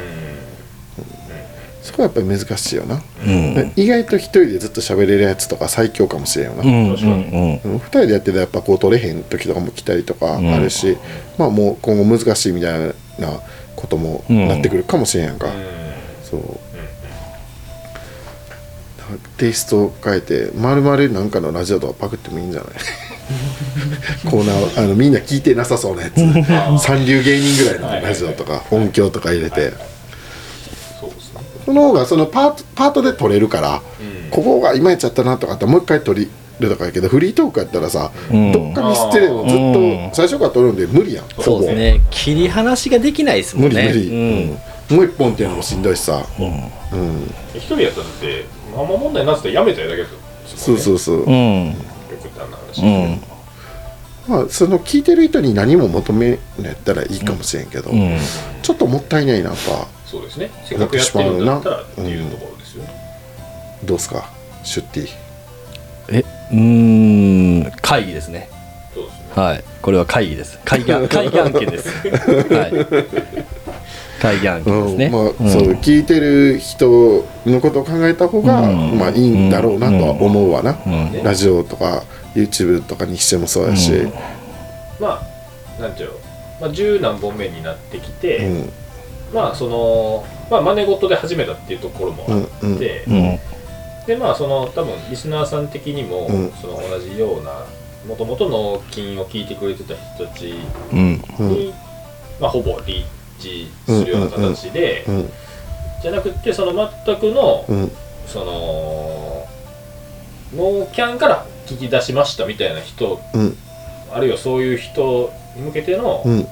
S3: そこはやっぱり難しいよな、
S2: うん
S3: 意外と一人でずっと喋れるやつとか最強かもしれんよな、
S2: うん
S1: 確かに
S2: うん
S3: うん、2人でやってたらやっぱこう取れへん時とかも来たりとか
S2: ん
S3: あるし、まあもう今後難しいみたいなことも
S2: うん
S3: なってくるかもしれんやんか、
S1: うん
S3: そう、テイストを変えてまるまるなんかのラジオとかパクってもいいんじゃない コーナーをあのみんな聞いてなさそうなやつ三流芸人ぐらいのラジオとか音響とか入れて
S1: そうですね
S3: その方がそのパートパートで取れるから、
S1: うん
S3: ここがいまいちゃったなとかあったらもう一回取るとかやけどフリートークやったらさ、
S2: うん
S3: どっかミスってでもずっ
S2: うん
S3: と最初から取るんで無理やん
S2: そうですね切り離しができないですも
S3: 無
S2: ん
S3: 理
S2: ね
S3: 無理、うんもう一本っていうのもしんどいしさ、うん
S1: 一人やったらだってあんま問題になってたらやめたいだけですよ
S3: そうそうそう、
S2: うんうん
S1: 極端な話、
S2: うん
S3: まあその聞いてる人に何も求めるんやったらいいかもしれんけど、
S2: うん
S3: ちょっともったいないなとは
S1: そうですねせっかくやってるんだったらっていうところですよ、
S3: どうすかシュッティ
S2: えうーん会議ですね
S1: そうですね
S2: はいこれは会議です会 議案会議案件です はい会議案件ですね、
S3: うんまあ
S2: ん
S3: そう聞いてる人のことを考えた方が、
S2: うん
S3: まあいいんだろうなとは思うわな、
S2: うん
S3: ラジオとか YouTube とかにしてもそうやし、
S2: うん
S1: まあなんていうのまあ、十何本目になってきて、
S3: うん
S1: まあそのまあ真似事で始めたっていうところもあって、
S3: うんうん
S2: うん
S1: でまあその多分リスナーさん的にも、
S3: うん
S1: その同じようなもともと納金を聞いてくれてた人たちに、
S2: うん
S3: うん
S1: まあ、ほぼリーチするような形で、
S3: うん
S1: じゃなくってその全くの、
S3: うん
S1: そのノーキャンから聞き出しましたみたいな人
S3: うん
S1: あるいはそういう人に向けての、
S3: うん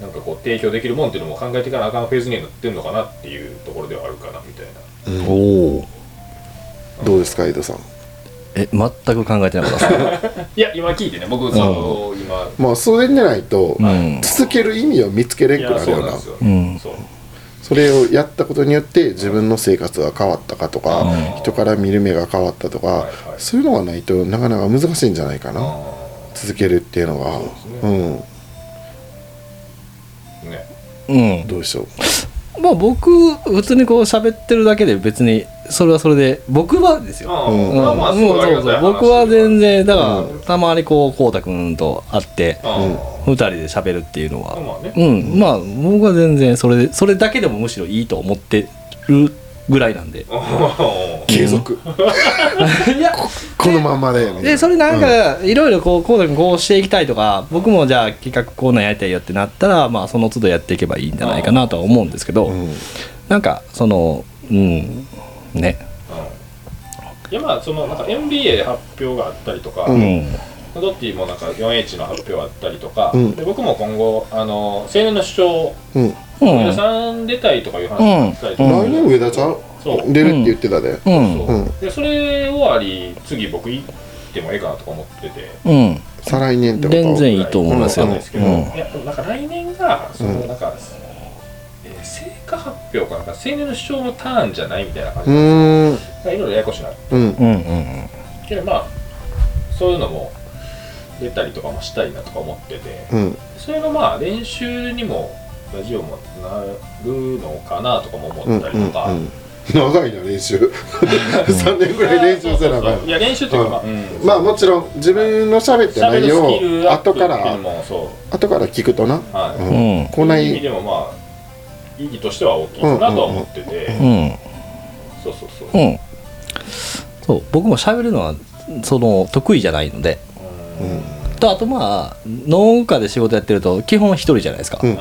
S1: なんかこう提供できるもんっていうのも考えていかなあかんフェーズにはなってんのかなっていうところではあるかなみたいな
S3: うん
S2: おお
S3: どうですか井戸さん
S2: え全く考えてなかった です
S1: いや今聞いてね僕その今
S3: まあそれでないと、
S2: うん
S3: 続ける意味を見つけれ
S1: い
S3: んく
S1: や
S3: なる
S1: そ
S3: よ
S1: う
S3: う
S1: なん
S3: な
S1: ですよ、
S2: うん
S1: そう
S3: それをやったことによって自分の生活が変わったかとか、
S1: うん
S3: 人から見る目が変わったとか、
S1: いはい
S3: そういうのがないとなかなか難しいんじゃないかな、
S1: あ
S3: 続けるっていうのが
S1: そうですーね
S2: うん
S3: うんどうでしょう
S2: まあ僕普通にこう喋ってるだけで別にそれはそれで僕はですよ、
S1: あー、
S3: うん
S2: うん、
S1: まあまあす
S2: も
S1: ご
S2: う
S1: いあり
S2: そ
S1: が
S2: う
S1: たい
S2: そ
S1: う話
S2: 僕は全然だから、
S3: う
S2: たまにこうこうたくんと会って
S1: あー
S2: 二人で喋るっていうのは、
S1: まあね
S2: うん、まあ僕は全然それでそれだけでもむしろいいと思ってるぐらいなんで
S3: 継続、
S2: いや
S3: このまんまで
S2: でそれなんかいろいろこうこうだくんこうしていきたいとか僕もじゃあ企画コーナーやりたいよってなったらまあその都度やっていけばいいんじゃないかなとは思うんですけど、
S3: うん、
S2: なんかそのうんね
S1: いやまあそのなんか NBA 発表があったりとか、
S3: うん
S1: ドッティもなんか 4H の発表があったりとか、
S3: うん
S1: で僕も今後あの青年の主張
S3: うん
S2: う
S1: 上田
S2: ん
S1: さん出たいとかいう話があったりとか、
S3: 来年上田ちゃん
S1: そう
S3: 出るって言ってたで、
S2: うん
S1: そう
S3: うん
S1: でそれ終わり次僕行ってもええかなとか思ってて
S2: うん
S3: 再来年ってこと
S2: 全然いいと思いますよ、
S1: わかんな
S2: うん
S1: いですけど、いやでもなんか来年がその
S3: うん
S1: なんか、えー成果発表かなんか青年の主張のターンじゃないみたいな感
S3: う
S1: じ、
S3: ーん
S1: でいろいろややこしいな
S3: うん
S2: うんうん
S1: けどまあそういうのも出たりとかもしたいなとか思ってて
S3: うん
S1: それがまあ練習にもラジオもなるのかなとかも
S3: う
S1: 思
S3: ん
S1: ったりとか、
S3: うん長いな練習3年ぐらい練習せなあかん
S1: いや練習というかまあ、うん
S3: まあもちろん自分の喋った
S1: 喋
S3: 内
S1: る
S3: 容
S1: スキル
S3: を
S1: アップっ
S3: 後
S1: てい
S3: か
S1: うの
S3: ら
S1: もそ
S3: 後から聞くとな、
S1: うはい、
S3: う
S2: うんん
S3: こな
S1: そういう意味
S3: い
S1: でもまあ意義としては大きいかなとは思ってて、
S2: うん
S1: そうそうそう、
S2: うんそう僕も喋るのはその得意じゃないので
S1: うんうん
S2: とあとまあ農家で仕事やってると基本一人じゃないですか、
S3: うんうん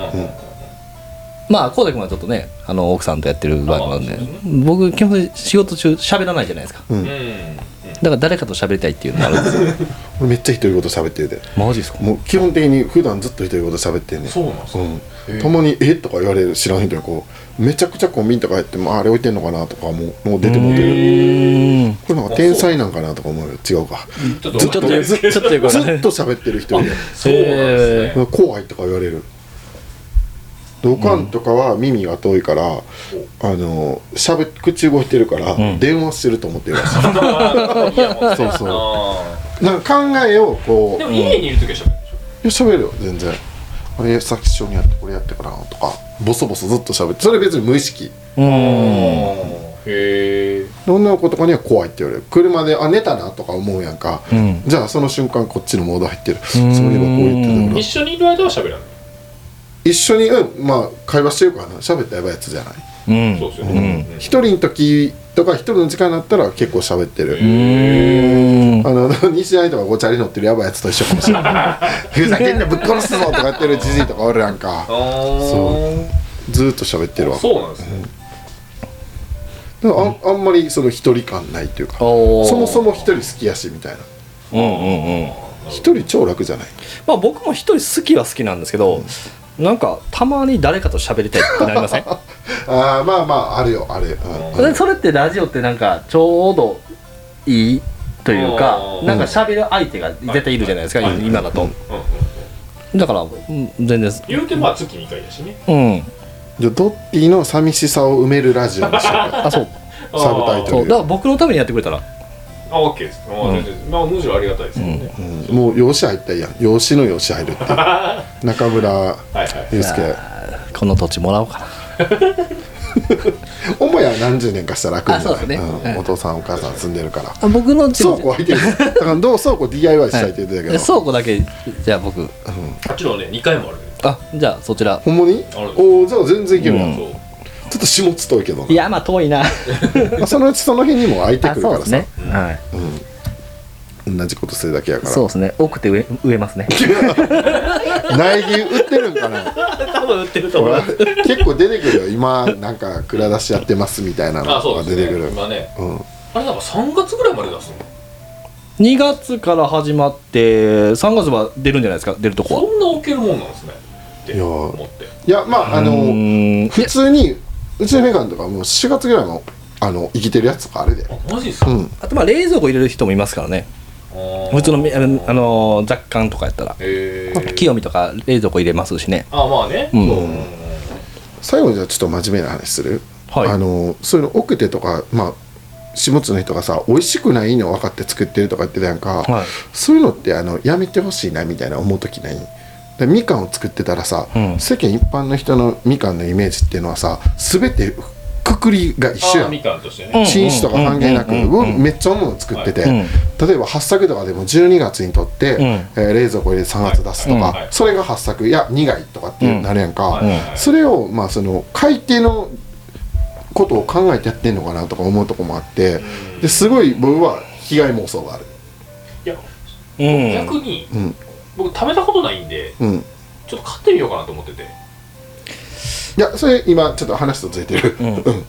S2: まあ浩太君はちょっとねあの奥さんとやってる場合もあるんで
S1: あそうです
S2: 僕基本仕事中喋らないじゃないですか
S3: うん
S1: うんうん
S2: だから誰かと喋りたいっていうのがあるんですよ
S3: 俺めっちゃ独り言喋ってるで
S2: マジですか
S3: もう基本的に普段ずっと独り言喋ってんねん
S1: そうなんですよ、
S3: うん、たまに「えとか言われる知らん人にこうめちゃくちゃこう見んとかやってもああれ置いてんのかなとかもうもう出てもうてる
S2: うん
S3: これなんか天才なんかなとか思うよ違うか
S1: ちょっと
S2: ちょっとよちょっとよくわ
S3: ず
S2: かんない
S3: っと喋ってる人いる
S1: そうなんですね、
S3: 怖いとか言われるドカンとかは耳が遠いから、あのしゃべ口動いてるから、
S2: ん
S3: 電話してると思ってるらし
S1: まあいいやもんね
S3: そうそう
S1: あ
S3: いなんか考えをこ
S1: ー
S3: う
S1: で
S3: い
S1: も家にいる時は喋るでしょ
S3: や喋るよ全然あれさっき一緒にやってこれやってからなとかボソボソずっと喋ってそれ別に無意識
S2: うん
S1: へえ
S3: 女の子とかには怖いって言われる車で「あ寝たな」とか思うやんか、
S2: うん
S3: じゃあその瞬間こっちのモード入ってるそう
S2: ーん
S3: いえばこう言ってたか
S1: 一
S3: ら
S1: 緒にいる間は喋らない
S3: 一緒に、うん、まあ会話してるからな喋ったらやばいやつじゃない
S2: うん
S1: そうですよね、うん
S3: 一人の時とか一人の時間になったら結構喋ってる、
S2: うん
S3: あの西成とかごちゃり乗ってるやばいやつと一緒かもしれないふざけんなぶっ殺すぞとか言ってるじじいとかおるやんかずーっと喋って
S1: あ
S3: るわ
S1: あそうなんですね、
S3: でもあんあんまりその一人感ないというか
S2: おー
S3: そもそも一人好きやしみたいな
S2: うんうんうん
S3: 一人超楽じゃない
S2: まあ僕も一人好きは好きなんですけどなんかたまに誰かと喋りたいってなりません
S3: あーまあまああるよあれ、うん
S2: で それってラジオってなんかちょうどいいというか
S1: うん
S2: なんか喋る相手が絶対いるじゃないですか、
S1: はい
S2: 今だと、
S1: うんうん、
S2: だから、うん全然
S1: 言うてまあ月2回だしね
S2: うん
S3: じゃあドッティの寂しさを埋めるラジオにしよう か
S2: あそう
S3: サブタイトル
S2: そうだから僕のためにやってくれたら
S1: ああ OK です、あー全然まあむしろありがたいですよね、
S3: うんもう養子入ったらいいやん養子の養子入るっていう中村
S1: はいはい
S3: 祐介
S2: この土地もらおうかな
S3: 母屋は何十年かしたら楽にな
S2: あそうだね
S3: るうんお父さんお母さん住んで るから
S2: あ僕の地
S3: 倉庫空いてるだからどう倉庫 DIY したいって言ってたけど、
S2: 倉庫だけじゃあ僕
S1: あっちのね2回もあるね
S2: あじゃあそちら
S3: ほんまに
S1: ある
S3: おおじゃあ全然いけるやん、
S2: うん
S3: ちょ
S1: そう
S3: っと下津遠いけど
S2: いやまあ遠いなあ
S3: な そのうちその辺にも空いてくるか
S2: そう
S3: ら
S2: で
S3: さ、
S2: すねはい
S3: 同じことするだけやから
S2: そうですね奥手植え植えますね
S3: 苗木売ってるんかな
S2: 多分売ってると
S3: ほら結構出てくるよ今なんか蔵出しやってますみたいなの
S1: あそ
S3: が
S1: うで
S3: 出
S1: すね
S3: てくる
S1: 今ね
S3: うん
S1: あれなんか3月ぐらいまで出すの
S2: 2月から始まって3月は出るんじゃないですか出るとこは
S1: こんな置けるもんなんですねって
S3: いやー
S1: 思って
S3: いやまああ
S2: う
S3: の
S2: ーん
S3: 普通にうちのメガンとかもう4月ぐらいのあの生きてるやつとかあるで
S1: あマジっすか、
S3: うん
S2: あとまあ冷蔵庫入れる人もいますからね普通のめあのあの雑感とかやったら
S1: えー、
S2: 清見とか冷蔵庫入れますしね
S1: あまあね、
S2: うん
S1: そう
S3: 最後にじゃあちょっと真面目な話する、
S2: はい
S3: あのそういうの奥手とかまあ下津の人がさ美味しくないの分かって作ってるとか言ってたやんか、
S2: はい
S3: そういうのってあのやめてほしいなみたいな思う時ないでみかんを作ってたらさ、
S2: うん
S3: 世間一般の人のみかんのイメージっていうのはさ全てくくりが一緒
S1: あ
S3: や
S1: ー
S3: ん
S1: みかんとしてね、
S2: うん
S3: 新種とか関係なく、
S2: うんうんうんうん
S3: めっちゃもの作ってて、
S2: うん
S3: 例えば8作とかでも12月にとって、
S2: うん
S3: えー冷蔵庫入れて3月出すとか、
S1: はいはい
S3: それが8作いや苦いとかってなるやんか、
S1: はいはいはい
S3: それをまあその改定のことを考えてやってんのかなとか思うとこもあってですごい僕は被害妄想がある
S1: いや
S2: うん
S1: 逆に、
S3: うん
S1: 僕食べたことないんで
S3: うん
S1: ちょっと買ってみようかなと思ってて
S3: いやそれ今ちょっと話とついてる、
S2: ん
S3: うん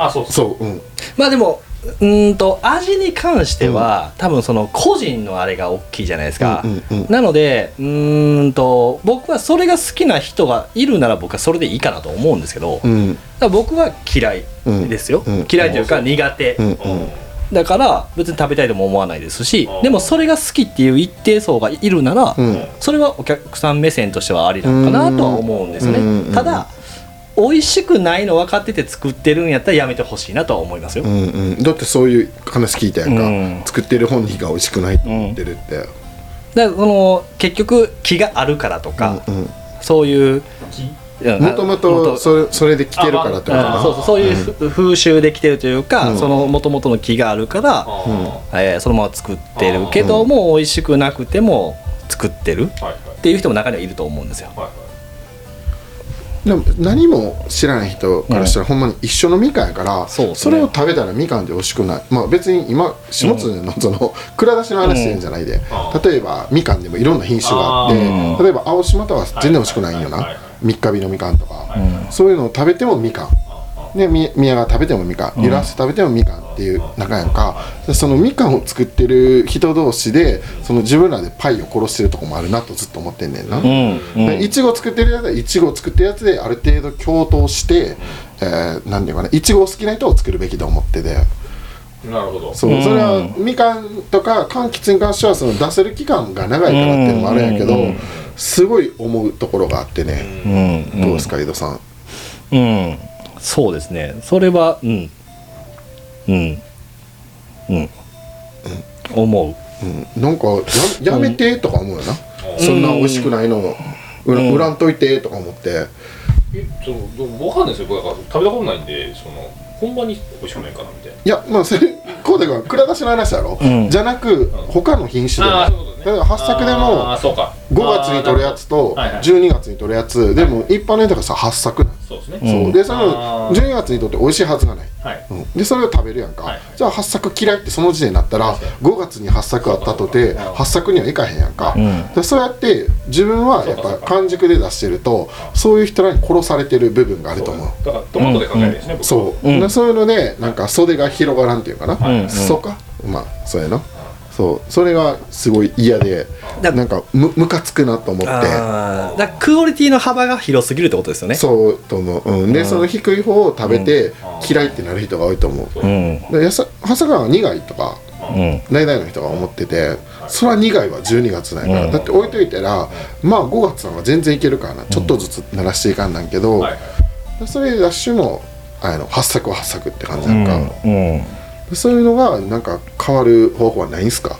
S1: あそうそう
S3: そううん
S2: まあでもうーんと味に関しては、多分その個人のあれが大きいじゃないですか、
S3: うんうんうん
S2: なのでうーんと僕はそれが好きな人がいるなら僕はそれでいいかなと思うんですけど、だか
S3: うん
S2: ら僕は嫌いですよ、
S3: うんうん
S2: 嫌いというか苦手、
S3: うん
S1: うん
S2: だから別に食べたいとも思わないですし
S1: うん
S2: でもそれが好きっていう一定層がいるなら、
S3: うん
S2: それはお客さん目線としてはありなのかなとは思うんですね、
S3: うん
S2: ただ美味しくないの分かってて作ってるんやったらやめてほしいなとは思いますよ、
S3: うんうんだってそういう話聞いたやんか、
S2: うん
S3: 作ってる本人が美味しくないと思ってるって、
S2: だからその結局気があるからとか、
S3: うんうん
S2: そういううん
S3: もともとそれそれで来てるからってこと
S1: あま
S2: あ
S1: あ
S3: か
S2: そうそうそういうふ、風習できてるというか、
S3: うん
S2: そのもともとの気があるから、
S1: あー
S3: うん
S1: は
S2: えーそのまま作ってるけども、美味しくなくても作ってる
S1: いはい
S2: っていう人も中にはいると思うんですよ。
S1: はいはい
S3: なでも何も知らない人からしたらほんまに一緒のみかんやから、
S2: そうですね
S3: れを食べたらみかんって美味しくないまあ別に今下津のその蔵出しの話してるんじゃないで、
S1: あ
S3: 例えばみかんでもいろんな品種があって
S2: あー
S3: 例えば青島とは全然美味しくないんよ
S1: はい
S3: な
S1: はいはい
S3: 三日日のみかんとか、
S1: はいはい
S3: そういうのを食べてもみかん
S1: あ
S3: でみ宮が食べてもみかん揺らして食べてもみかんっていう仲やんかでそのみかんを作ってる人同士でその自分らでパイを殺してるとこもあるなとずっと思ってんねんな。
S2: うんうん
S3: でいちご作ってるやつはいちご作ってるやつである程度共闘して、えー、なんていうかないちご好きな人を作るべきと思ってて
S1: あなるほど
S3: そうそれはみかんとか柑橘に関してはその出せる期間が長いからっていうのもあるんやけど、
S2: うん
S3: すごい思うところがあってね、
S2: うんうん
S3: どうですか井戸さん。
S2: うん、そうですねそれはうんうんうん思う
S3: うん、なんかややめてとか思うよな、そんな美味しくないの売ら,、
S2: うん
S3: んといてとか思って
S1: えちょっと分かんないですよ僕だから食べたことないんでその本場に美味しくないかなみたいない
S3: やまあそれこうでが蔵出しの話だろ、
S2: うん
S3: じゃなく他の品種で
S1: あーそうい
S3: も
S1: うことね
S3: 例えば八作でも
S1: あーそうか
S3: 5月に取るやつと
S1: あーなるほど
S3: 12月に取るやつでも一般の人がさ8作なん
S1: そうですね、
S2: ん
S3: そうでその
S1: あー
S3: 12月にとって美味しいはずがない、
S1: はい
S3: うん、でそれを食べるやんか、
S1: はいはい
S3: じゃあ8作嫌いってその時点になったら5月に8作あったとて
S1: そうか
S3: 8作にはいかへんやんか、
S2: うん
S3: でそうやって自分は
S1: そ
S3: やっ
S1: う
S3: ぱ
S1: かそうか
S3: 完熟で出してるとそういう人らに殺されてる部分があると思う
S1: だからトマトで考えるんですね、僕
S3: そう、
S2: うん
S3: でそういうのでなんか袖が広がらんっていうかな、
S2: いうん
S3: 裾かまあそうやなそうそれがすごい嫌で
S2: だ
S3: なんかむムカつくなと思って
S2: あーだからクオリティの幅が広すぎるってことですよね
S3: そうと思う、うん、でその低い方を食べて
S1: ん
S3: 嫌いってなる人が多いと思う
S2: うん
S3: でやさ長谷川は苦いとか
S2: うん
S3: 大々の人が思っててそれは苦いは12月ないから、
S2: うん
S3: だって置いといたらまあ5月さんは全然いけるからなちょっとずつ鳴らしていかんなんけど、
S1: はいはい
S3: でそれでダッシュもあの発作は発作って感じなんか、
S2: うん
S3: でそういうのがなんか変わる方法はないんすか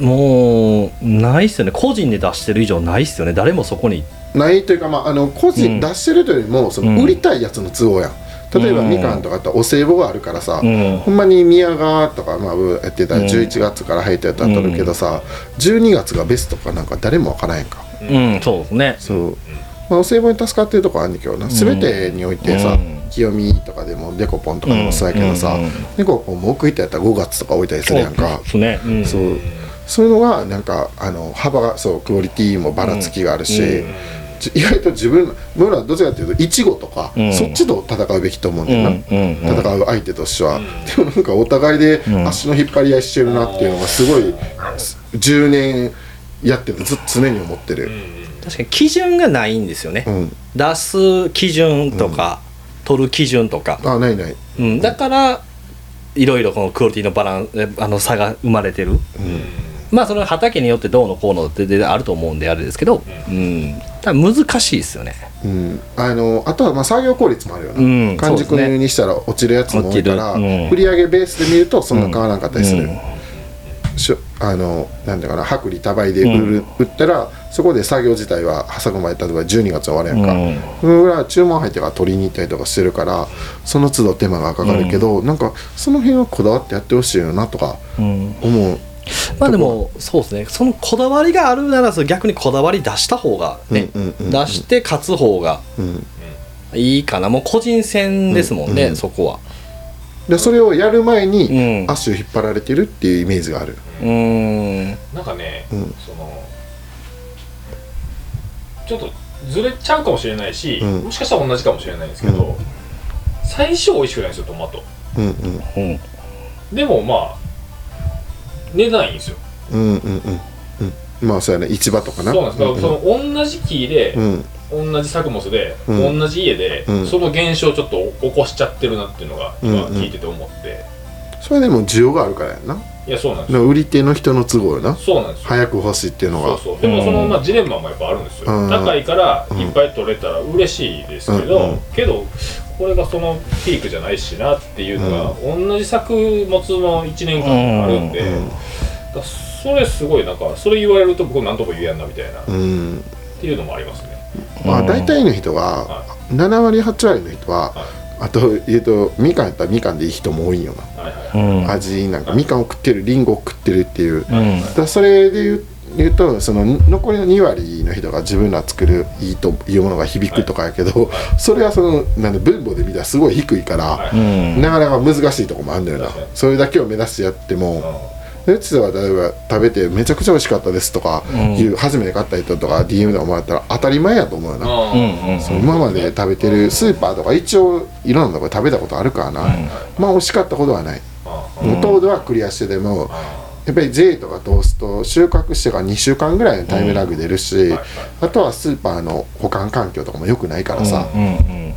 S2: もうないっすよね個人で出してる以上ないっすよね誰もそこに
S3: ないというか、まあ、あの個人、
S2: うん
S3: 出してるというよりもその
S2: うん
S3: 売りたいやつの都合やん例えば
S2: うん
S3: みかんとかあったらお歳暮があるからさ、
S2: うん
S3: ほんまに宮川とか、まあ、うやってたら
S2: うん
S3: 11月から入ったやつは取るけどさ、12月がベストかなんか誰もわからへんか
S2: うんそうですね
S3: そう、まあ、お歳暮に助かってるとこあるんだけどな全てにおいてさ、
S2: うん
S3: 清見とかでもデコポンとかでもそうやけどさ、
S2: うんうん
S3: デコポンも奥行ったやったら5月とか置いたりするやんか、
S2: そうですね
S3: そううそういうのがなんかあの幅がそうクオリティもばらつきがあるし、じ意外と自分僕らどちらかというとイチゴとか、
S2: うん
S3: そっちと戦うべきと思うんだよな、
S2: んうんうん
S3: 戦う相手としては、でもなんかお互いで足の引っ張り合いしてるなっていうのがすごい10年やっててず常に思ってる、
S2: 確かに基準がないんですよね、
S3: うん
S2: 出す基準とか、取る基準とか、
S3: あないない
S2: うん、だからいろいろこのクオリティのバランスあの差が生まれてる、まあそれは畑によってどうのこうのってであると思うんであれですけど、うん、ただ難しいですよね
S3: うん、あのあとはまあ作業効率もあるよな、
S2: うん
S3: 完熟
S2: そうです
S3: の
S2: ね
S3: にしたら落ちるやつも多いから、
S2: 落ちるうん
S3: 売り上げベースで見るとそんな変わらなかったりする、
S2: うん
S3: しょあのなんだかな薄利多売で売る、売ったらそこで作業自体は挟む前例えば12月は終わるやんか、
S2: うん
S3: そのぐらいは注文入ってから取りに行ったりとかしてるからその都度手間がかかるけど、なんかその辺はこだわってやってほしいよなとか
S2: うん
S3: 思う
S2: まあでもそうですねそのこだわりがあるならその逆にこだわり出した方がね、
S3: うんうんうんうん
S2: 出して勝つ方が
S3: うん
S2: いいかなもう個人戦ですもんね、
S3: うんうん
S2: そこは
S3: でそれをやる前
S2: う
S3: に
S2: ん
S3: 足を引っ張られてるっていうイメージがある、
S2: うーん
S1: なんかね、
S3: うん
S1: そのちょっとずれちゃうかもしれないし、
S3: うん
S1: もしかしたら同じかもしれないんですけど、
S3: う
S1: 最初美味しくないんですよトマト
S3: うん、うん
S2: うん
S1: でもまあ値段いいんですよ
S3: うんうんうんうんまあそうやね市場とかな
S1: そうなんですだから
S3: う
S1: その同じ木で
S3: う、ん
S1: 同じ作物で、
S3: うん
S1: 同じ家で、
S3: うん
S1: その現象をちょっと起こしちゃってるなっていうのが今聞いてて思って、
S3: それでも需要があるからやんなだか
S1: いやそうなんです
S3: ら
S1: よ
S3: 売り手の人の都合よな
S1: そうなんですよ
S3: 早く欲しいっていうの
S1: そ
S3: が
S1: うそうでもその、
S2: うん
S1: まあ、ジレンマもやっぱあるんですよ、
S3: うん
S1: 高いから
S3: うん
S1: いっぱい取れたら嬉しいですけど、
S3: うんうん
S1: けどこれがそのピークじゃないしなっていうのが、同じ作物の1年間あるんで、
S3: うん
S1: だからそれすごいなんかそれ言われると僕なんとも言えやんなみたいな、っ
S3: うん
S1: ていうのもありますね
S3: まあ大体の人
S1: は
S3: は7割8割の人は
S1: は
S3: あと言うとみかんやったらみかんでいい人も多いんよな
S1: はいはい
S2: うん
S3: 味なんかみかんを食ってるりんごを食ってるってい
S2: う
S3: う
S2: ん
S3: だからそれで言う言うとその残りの2割の人が自分ら作るいいというものが響くとかやけど、それはそのなんだ分母で見たらすごい低いから、
S1: は
S2: うん
S3: なかなか難しいとこもあるんだよな
S1: 確かに
S3: それだけを目指してやっても
S1: うん
S3: でうちでは例えば食べてめちゃくちゃ美味しかったですとかいう、初めて買った人とか DM とかもらったら当たり前やと思うよな、
S1: あ
S2: うん
S1: ー
S2: うん
S3: そう今まで食べてるスーパーとか一応いろんなとこ食べたことあるからな、まあ美味しかったことはない、
S1: あー
S3: もう糖度はクリアしてでも、
S1: あ
S3: やっぱり J とかトースト収穫してから2週間ぐらいのタイムラグ出るし、
S1: はいはい
S3: あとはスーパーの保管環境とかも良くないからさ、
S2: うんうん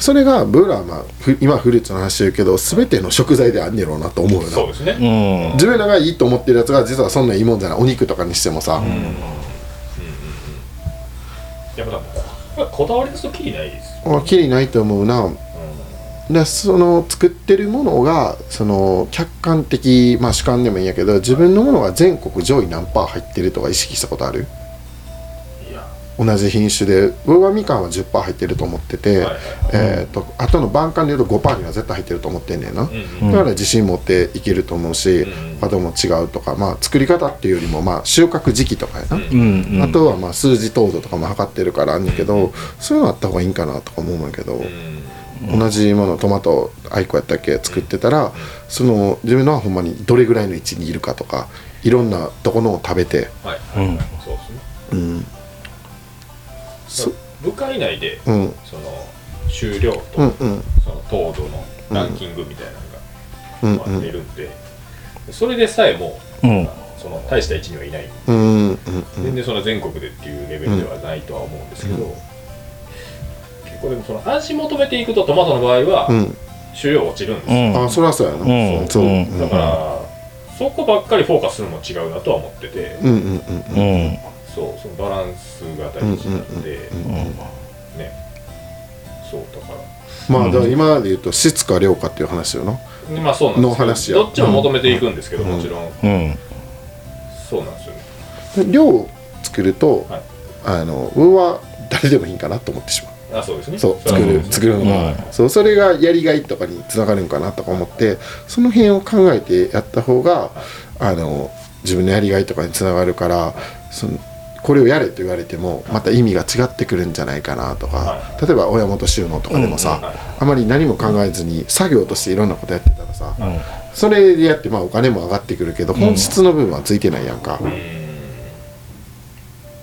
S3: それが僕らは、まあ、ふ今フルーツの話してるけど全ての食材であんねやろうなと思うよ
S1: ー
S3: な
S1: そうですね、
S2: うん
S3: 自分らがいいと思ってるやつが実はそんないいもんじゃないお肉とかにしてもさ、
S1: やっぱここだわり出すときりないです
S3: あきりないと思うな、でその作ってるものがその客観的、まあ、主観でもいいんやけど自分のものが全国上位何パー入ってるとか意識したことある
S1: いや
S3: 同じ品種で僕はみかんは10%入ってると思ってて、
S1: はいはい
S3: えー、と後の晩間でいうと5%には絶対入ってると思ってんねんな、
S1: うん
S3: だから自信持っていけると思うし、
S1: うん
S3: あとも違うとか、まあ、作り方っていうよりも、まあ、収穫時期とかやな、
S2: うんうん
S3: あとはまあ数字糖度とかも測ってるからあんねんけど、そういうのあった方がいいんかなとか思うんやけど、同じものトマトアイコやったっけ作ってたら、その自分のはほんまにどれぐらいの位置にいるかとかいろんなとこのを食べて、
S1: はいはい、はいそうですね
S3: うんそ
S1: 部会内で
S3: うん、
S1: その終了と、
S3: うんうん
S1: その糖度のランキングみたい
S3: うん
S1: なの
S3: うん
S1: がまあ出るんで、それでさえも
S2: うん
S1: その大した位置にはいない、
S3: うんうん
S1: 全然その全国でっていうレベルではないとは思うんですけど、結構でもその安心求めていくとトマトの場合は、
S3: うん
S1: 収量落ちるんです
S2: う
S1: よ、
S2: ん
S3: あそりゃそうやな、
S2: うん
S3: そう、
S2: うん
S3: うん
S1: だから、そこばっかりフォーカスするのも違うなとは思ってて、
S3: うんうんうん
S2: うんうん
S1: そうそのバランスが大事なんで、ねそうだから
S3: まあだから今まで言うと質か量かっていう話よな
S1: でまあそうなんです
S3: の話
S1: け
S3: や
S1: どどっちも求めていくんですけど、もちろん
S2: うん
S1: そうなんですよね
S3: で量を作ると、
S1: はい
S3: あの僕は誰でもいいんかなと思ってしまう
S1: あそうですね
S3: そう
S1: れ
S3: 作
S1: は
S3: る
S1: そうです
S3: 作
S1: ね
S3: るのが、
S2: うん
S3: そうそれがやりがいとかにつながるんかなとか思ってその辺を考えてやった方があの自分のやりがいとかにつながるからそのこれをやれと言われてもまた意味が違ってくるんじゃないかなとか、
S1: は
S3: 例えば親元収納とかでもさ、
S1: うんはい
S3: あまり何も考えずに作業としていろんなことやってたらさ、
S2: ん
S3: それでやってまあお金も上がってくるけど本質の部分はついてないやんか、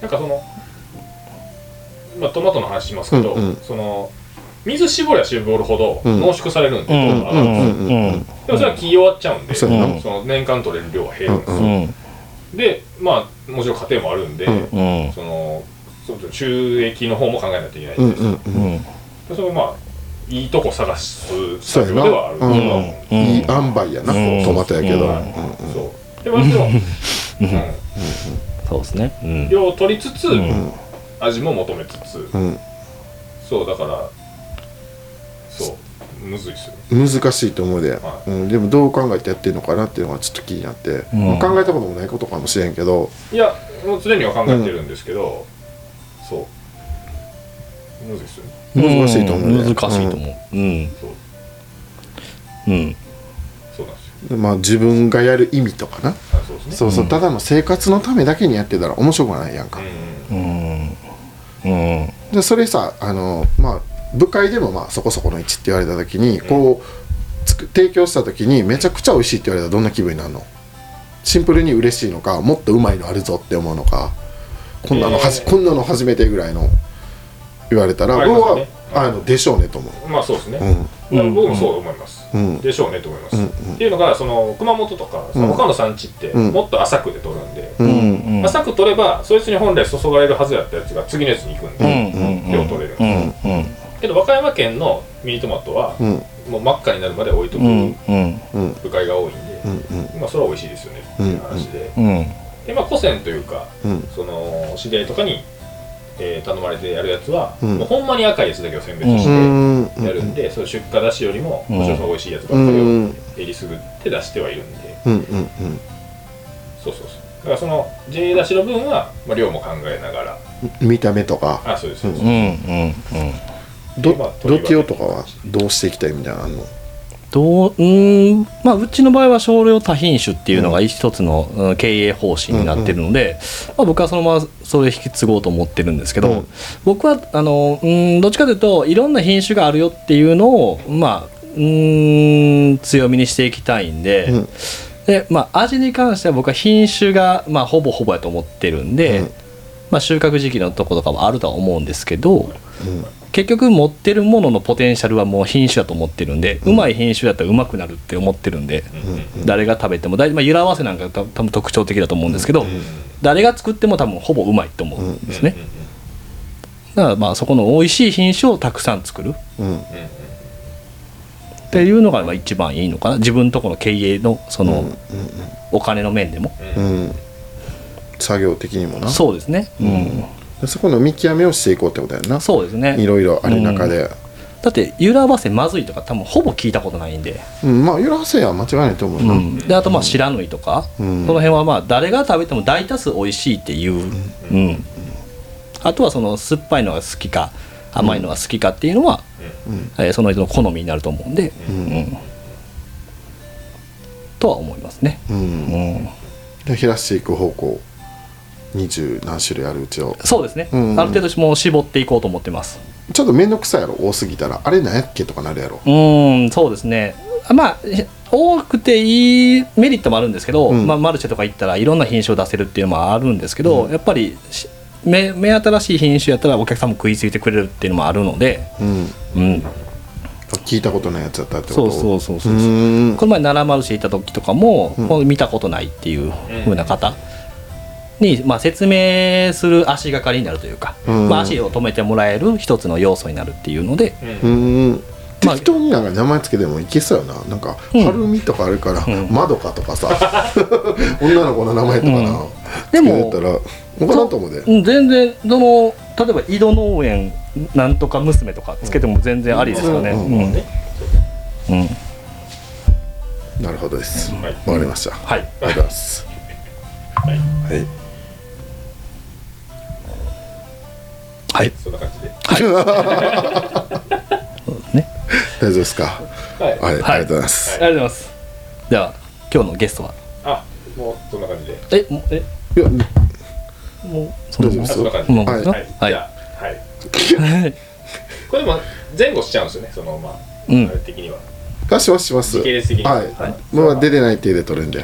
S1: なんかそのまあトマトの話しますけど、
S3: うんうん
S1: その水絞りは絞るほど
S3: うん
S1: 濃縮されるんで、糖度が上がるんですよ
S2: うんうん
S1: でもそれは切り終わっちゃうんで、
S3: そう
S1: そ
S2: な
S3: や
S1: の年間取れる量は減るんですよ、
S2: うん
S1: でまあもちろん家庭もあるんで、
S3: うん
S2: うん
S1: そのその収益の方も考えないといけないん
S3: う
S1: で
S3: んうんうん
S2: うん
S1: それはまあいいとこ探す
S3: そう
S1: 作
S3: や
S1: 業
S3: な
S1: ではある
S3: う
S2: う
S3: ん
S2: ん
S3: いい塩梅やな、
S2: うん
S3: トマトやけど、うん
S1: うんそうでまあでもうん
S2: そうですね。うん。
S1: 量を取りつつ、
S2: うん
S1: 味も求めつつ、
S3: うん
S1: そうだからそうむずいっすよね
S3: 難しいと思うで、
S1: は
S3: うん、でもどう考えてやってるのかなっていうのがちょっと気になって、
S2: うん
S3: まあ考えたこともないことかもしれんけど
S1: いやもう常には考えてるんですけど、そうむずいっすよね
S3: 難しいと思うね
S2: うん難しいと思う。うん。
S1: そう
S2: うん。
S1: そうなんですよ
S3: まあ自分がやる意味とかな
S1: あそうですね
S3: そうそう、ただの生活のためだけにやってたら面白くないやんか、
S1: う
S2: うん。うん。
S3: でそれさあの、まあ、部会でもまあそこそこの位置って言われた時にこうつく提供した時にめちゃくちゃ美味しいって言われたらどんな気分になるのシンプルに嬉しいのかもっとうまいのあるぞって思うのかこんなのはじ、
S1: えー
S3: こんなの初めてぐらいの言われたら
S1: あり
S3: 僕
S1: ます
S3: は、
S1: ね
S3: あのでしょうねと思う。
S1: んまあそうですね、
S2: うん
S1: まあ僕もそう思います、
S3: うん
S1: でしょうねと思います、
S3: うん
S1: っていうのがその熊本とかその他の産地って
S3: ん
S1: もっと浅くで取るんで、
S3: うん
S2: うん。
S3: うん
S2: うん。
S1: 浅く取ればそいつに本来注がれるはずやったやつが次のやつに行くん
S2: う
S1: で、
S2: ん。うん。
S1: 量取れる
S2: うん。うん。
S1: けど和歌山県のミニトマトは、
S3: うん
S1: もう真っ赤になるまで置いとく
S2: うん。うん。
S3: うん
S1: 部会が多いんで、
S3: うんうん
S1: まあそれは美味しいですよねっていう話で、
S2: うん。
S1: でまあ古銭というか
S3: うん
S1: その知り合いとかに、えー頼まれてやるやつは、
S3: うん
S1: もうほんまに赤いやつだけを選別
S3: う
S1: して
S3: ん
S1: やるんで、そういう出荷出しよりも
S2: うん
S1: もちろんその美味しいやつばっ
S3: う
S1: かりを
S3: ん
S1: えりすぐって出してはいるんで
S3: うんうん
S1: そうそうそうだからその JA 出しの分は、まあ、量も考えながら
S3: うん見た目とか
S1: あそうですそうです、
S2: うん。うん。
S3: ど
S1: まあ
S3: どテオとかはどうしていきたいみたいなのあんの
S2: どううーんまあうちの場合は少量多品種っていうのが一つのうん経営方針になってるので、まあ、僕はそのままそれ引き継ごうと思ってるんですけど、
S3: うん
S2: 僕はあのうーんどっちかというといろんな品種があるよっていうのをまあうーん強みにしていきたいんで。
S3: うん
S2: でまあ、味に関しては僕は品種が、まあ、ほぼほぼやと思ってるんで、
S3: うん
S2: まあ、収穫時期のとことかもあるとは思うんですけど、
S3: うん
S2: 結局持ってるもののポテンシャルはもう品種だと思ってるんで、うまい品種だったらうまくなるって思ってるんで、誰が食べても大体、まあ、揺ら合わせなんかが多多分特徴的だと思うんですけど、誰が作っても多分ほぼうまいと思うんですね、だからまあそこの美味しい品種をたくさん作る
S3: うん
S2: っていうのがまあ一番いいのかな自分とこの経営のその、お金の面でも、
S3: うん作業的にもな
S2: そうですね、うん
S3: でそこの見極めをしていこうってことやんな
S2: そうですね
S3: いろいろある中で、
S2: だって揺ら合わせまずいとか多分ほぼ聞いたことないんで、
S3: うん、まあ揺らせや間違いないと思うな、うん
S2: であとまあ知らぬいとか、
S3: うん
S2: その辺はまあ誰が食べても大多数美味しいっていう、うんあとはその酸っぱいのが好きか甘いのが好きかっていうのは、えーその人の好みになると思うんで、うんとは思いますね、うん
S3: で減らしていく方向二十何種類あるうちを
S2: そうですね、
S3: うん
S2: ある程度もう絞っていこうと思ってます
S3: ちょっと面倒くさいやろ多すぎたらあれなんやっけとかなるやろ
S2: うーんそうですねまあ多くていいメリットもあるんですけど、
S3: うん
S2: まあ、マルシェとか行ったらいろんな品種を出せるっていうのもあるんですけど、やっぱりし目目新しい品種やったらお客さんも食いついてくれるっていうのもあるので、
S3: う
S2: う
S3: ん
S2: ん、
S3: 聞いたことないやつだったって
S2: そ
S3: こ
S2: う
S3: と
S2: そうそうそうう、
S3: ーん
S2: この前奈良マルシェ行った時とかも、こう見たことないっていう風な方に、まあ、説明する足がかりになるというか、
S3: うん
S2: まあ、足を止めてもらえる一つの要素になるっていうので、
S3: うん
S2: まあ
S3: 適当になんか名前つけてもいけそうよななんか「
S2: うん
S3: はるみ」とかあるから
S2: ん
S3: 「まどか」とかさ 女の子の名前とかな、
S2: うんでも
S3: つけてたら分からんと思うで
S2: うん全然どの例えば井戸農園なんとか娘とかつけても全然ありですよね。う
S3: う
S2: んんうん
S3: なるほどです、
S1: はい
S3: わかりました、
S2: はい
S3: ありがとうございます。
S1: はい
S3: はい。
S2: はい
S1: そんな感じで
S2: ね。
S3: 大丈夫ですか。
S1: はい、
S3: はい、ありがとうございます。
S2: ありがとうございます。では今日のゲストは
S1: あもうそんな感じで
S2: えもえ
S3: いや、
S2: もうその
S3: 大丈夫
S1: あ
S3: です
S1: そんな感じ
S2: も
S1: で
S2: うです
S3: あ
S2: か
S1: はい、
S2: はい
S1: じゃあはい これでも前後しちゃうんですよねそのまあ、
S2: うん
S1: あれ的には
S3: 出しますします。
S1: 時系列的に
S3: は
S1: はい
S3: い。まあ、出てない手で取れんで。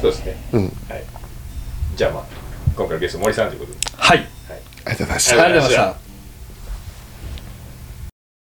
S1: そうですね、
S3: うん
S1: はい、じゃあまあ今回のゲスト森さんということで
S2: はい
S3: ありがとうございまし
S1: あ
S3: た
S1: りがとうございました
S2: ありがとうございました。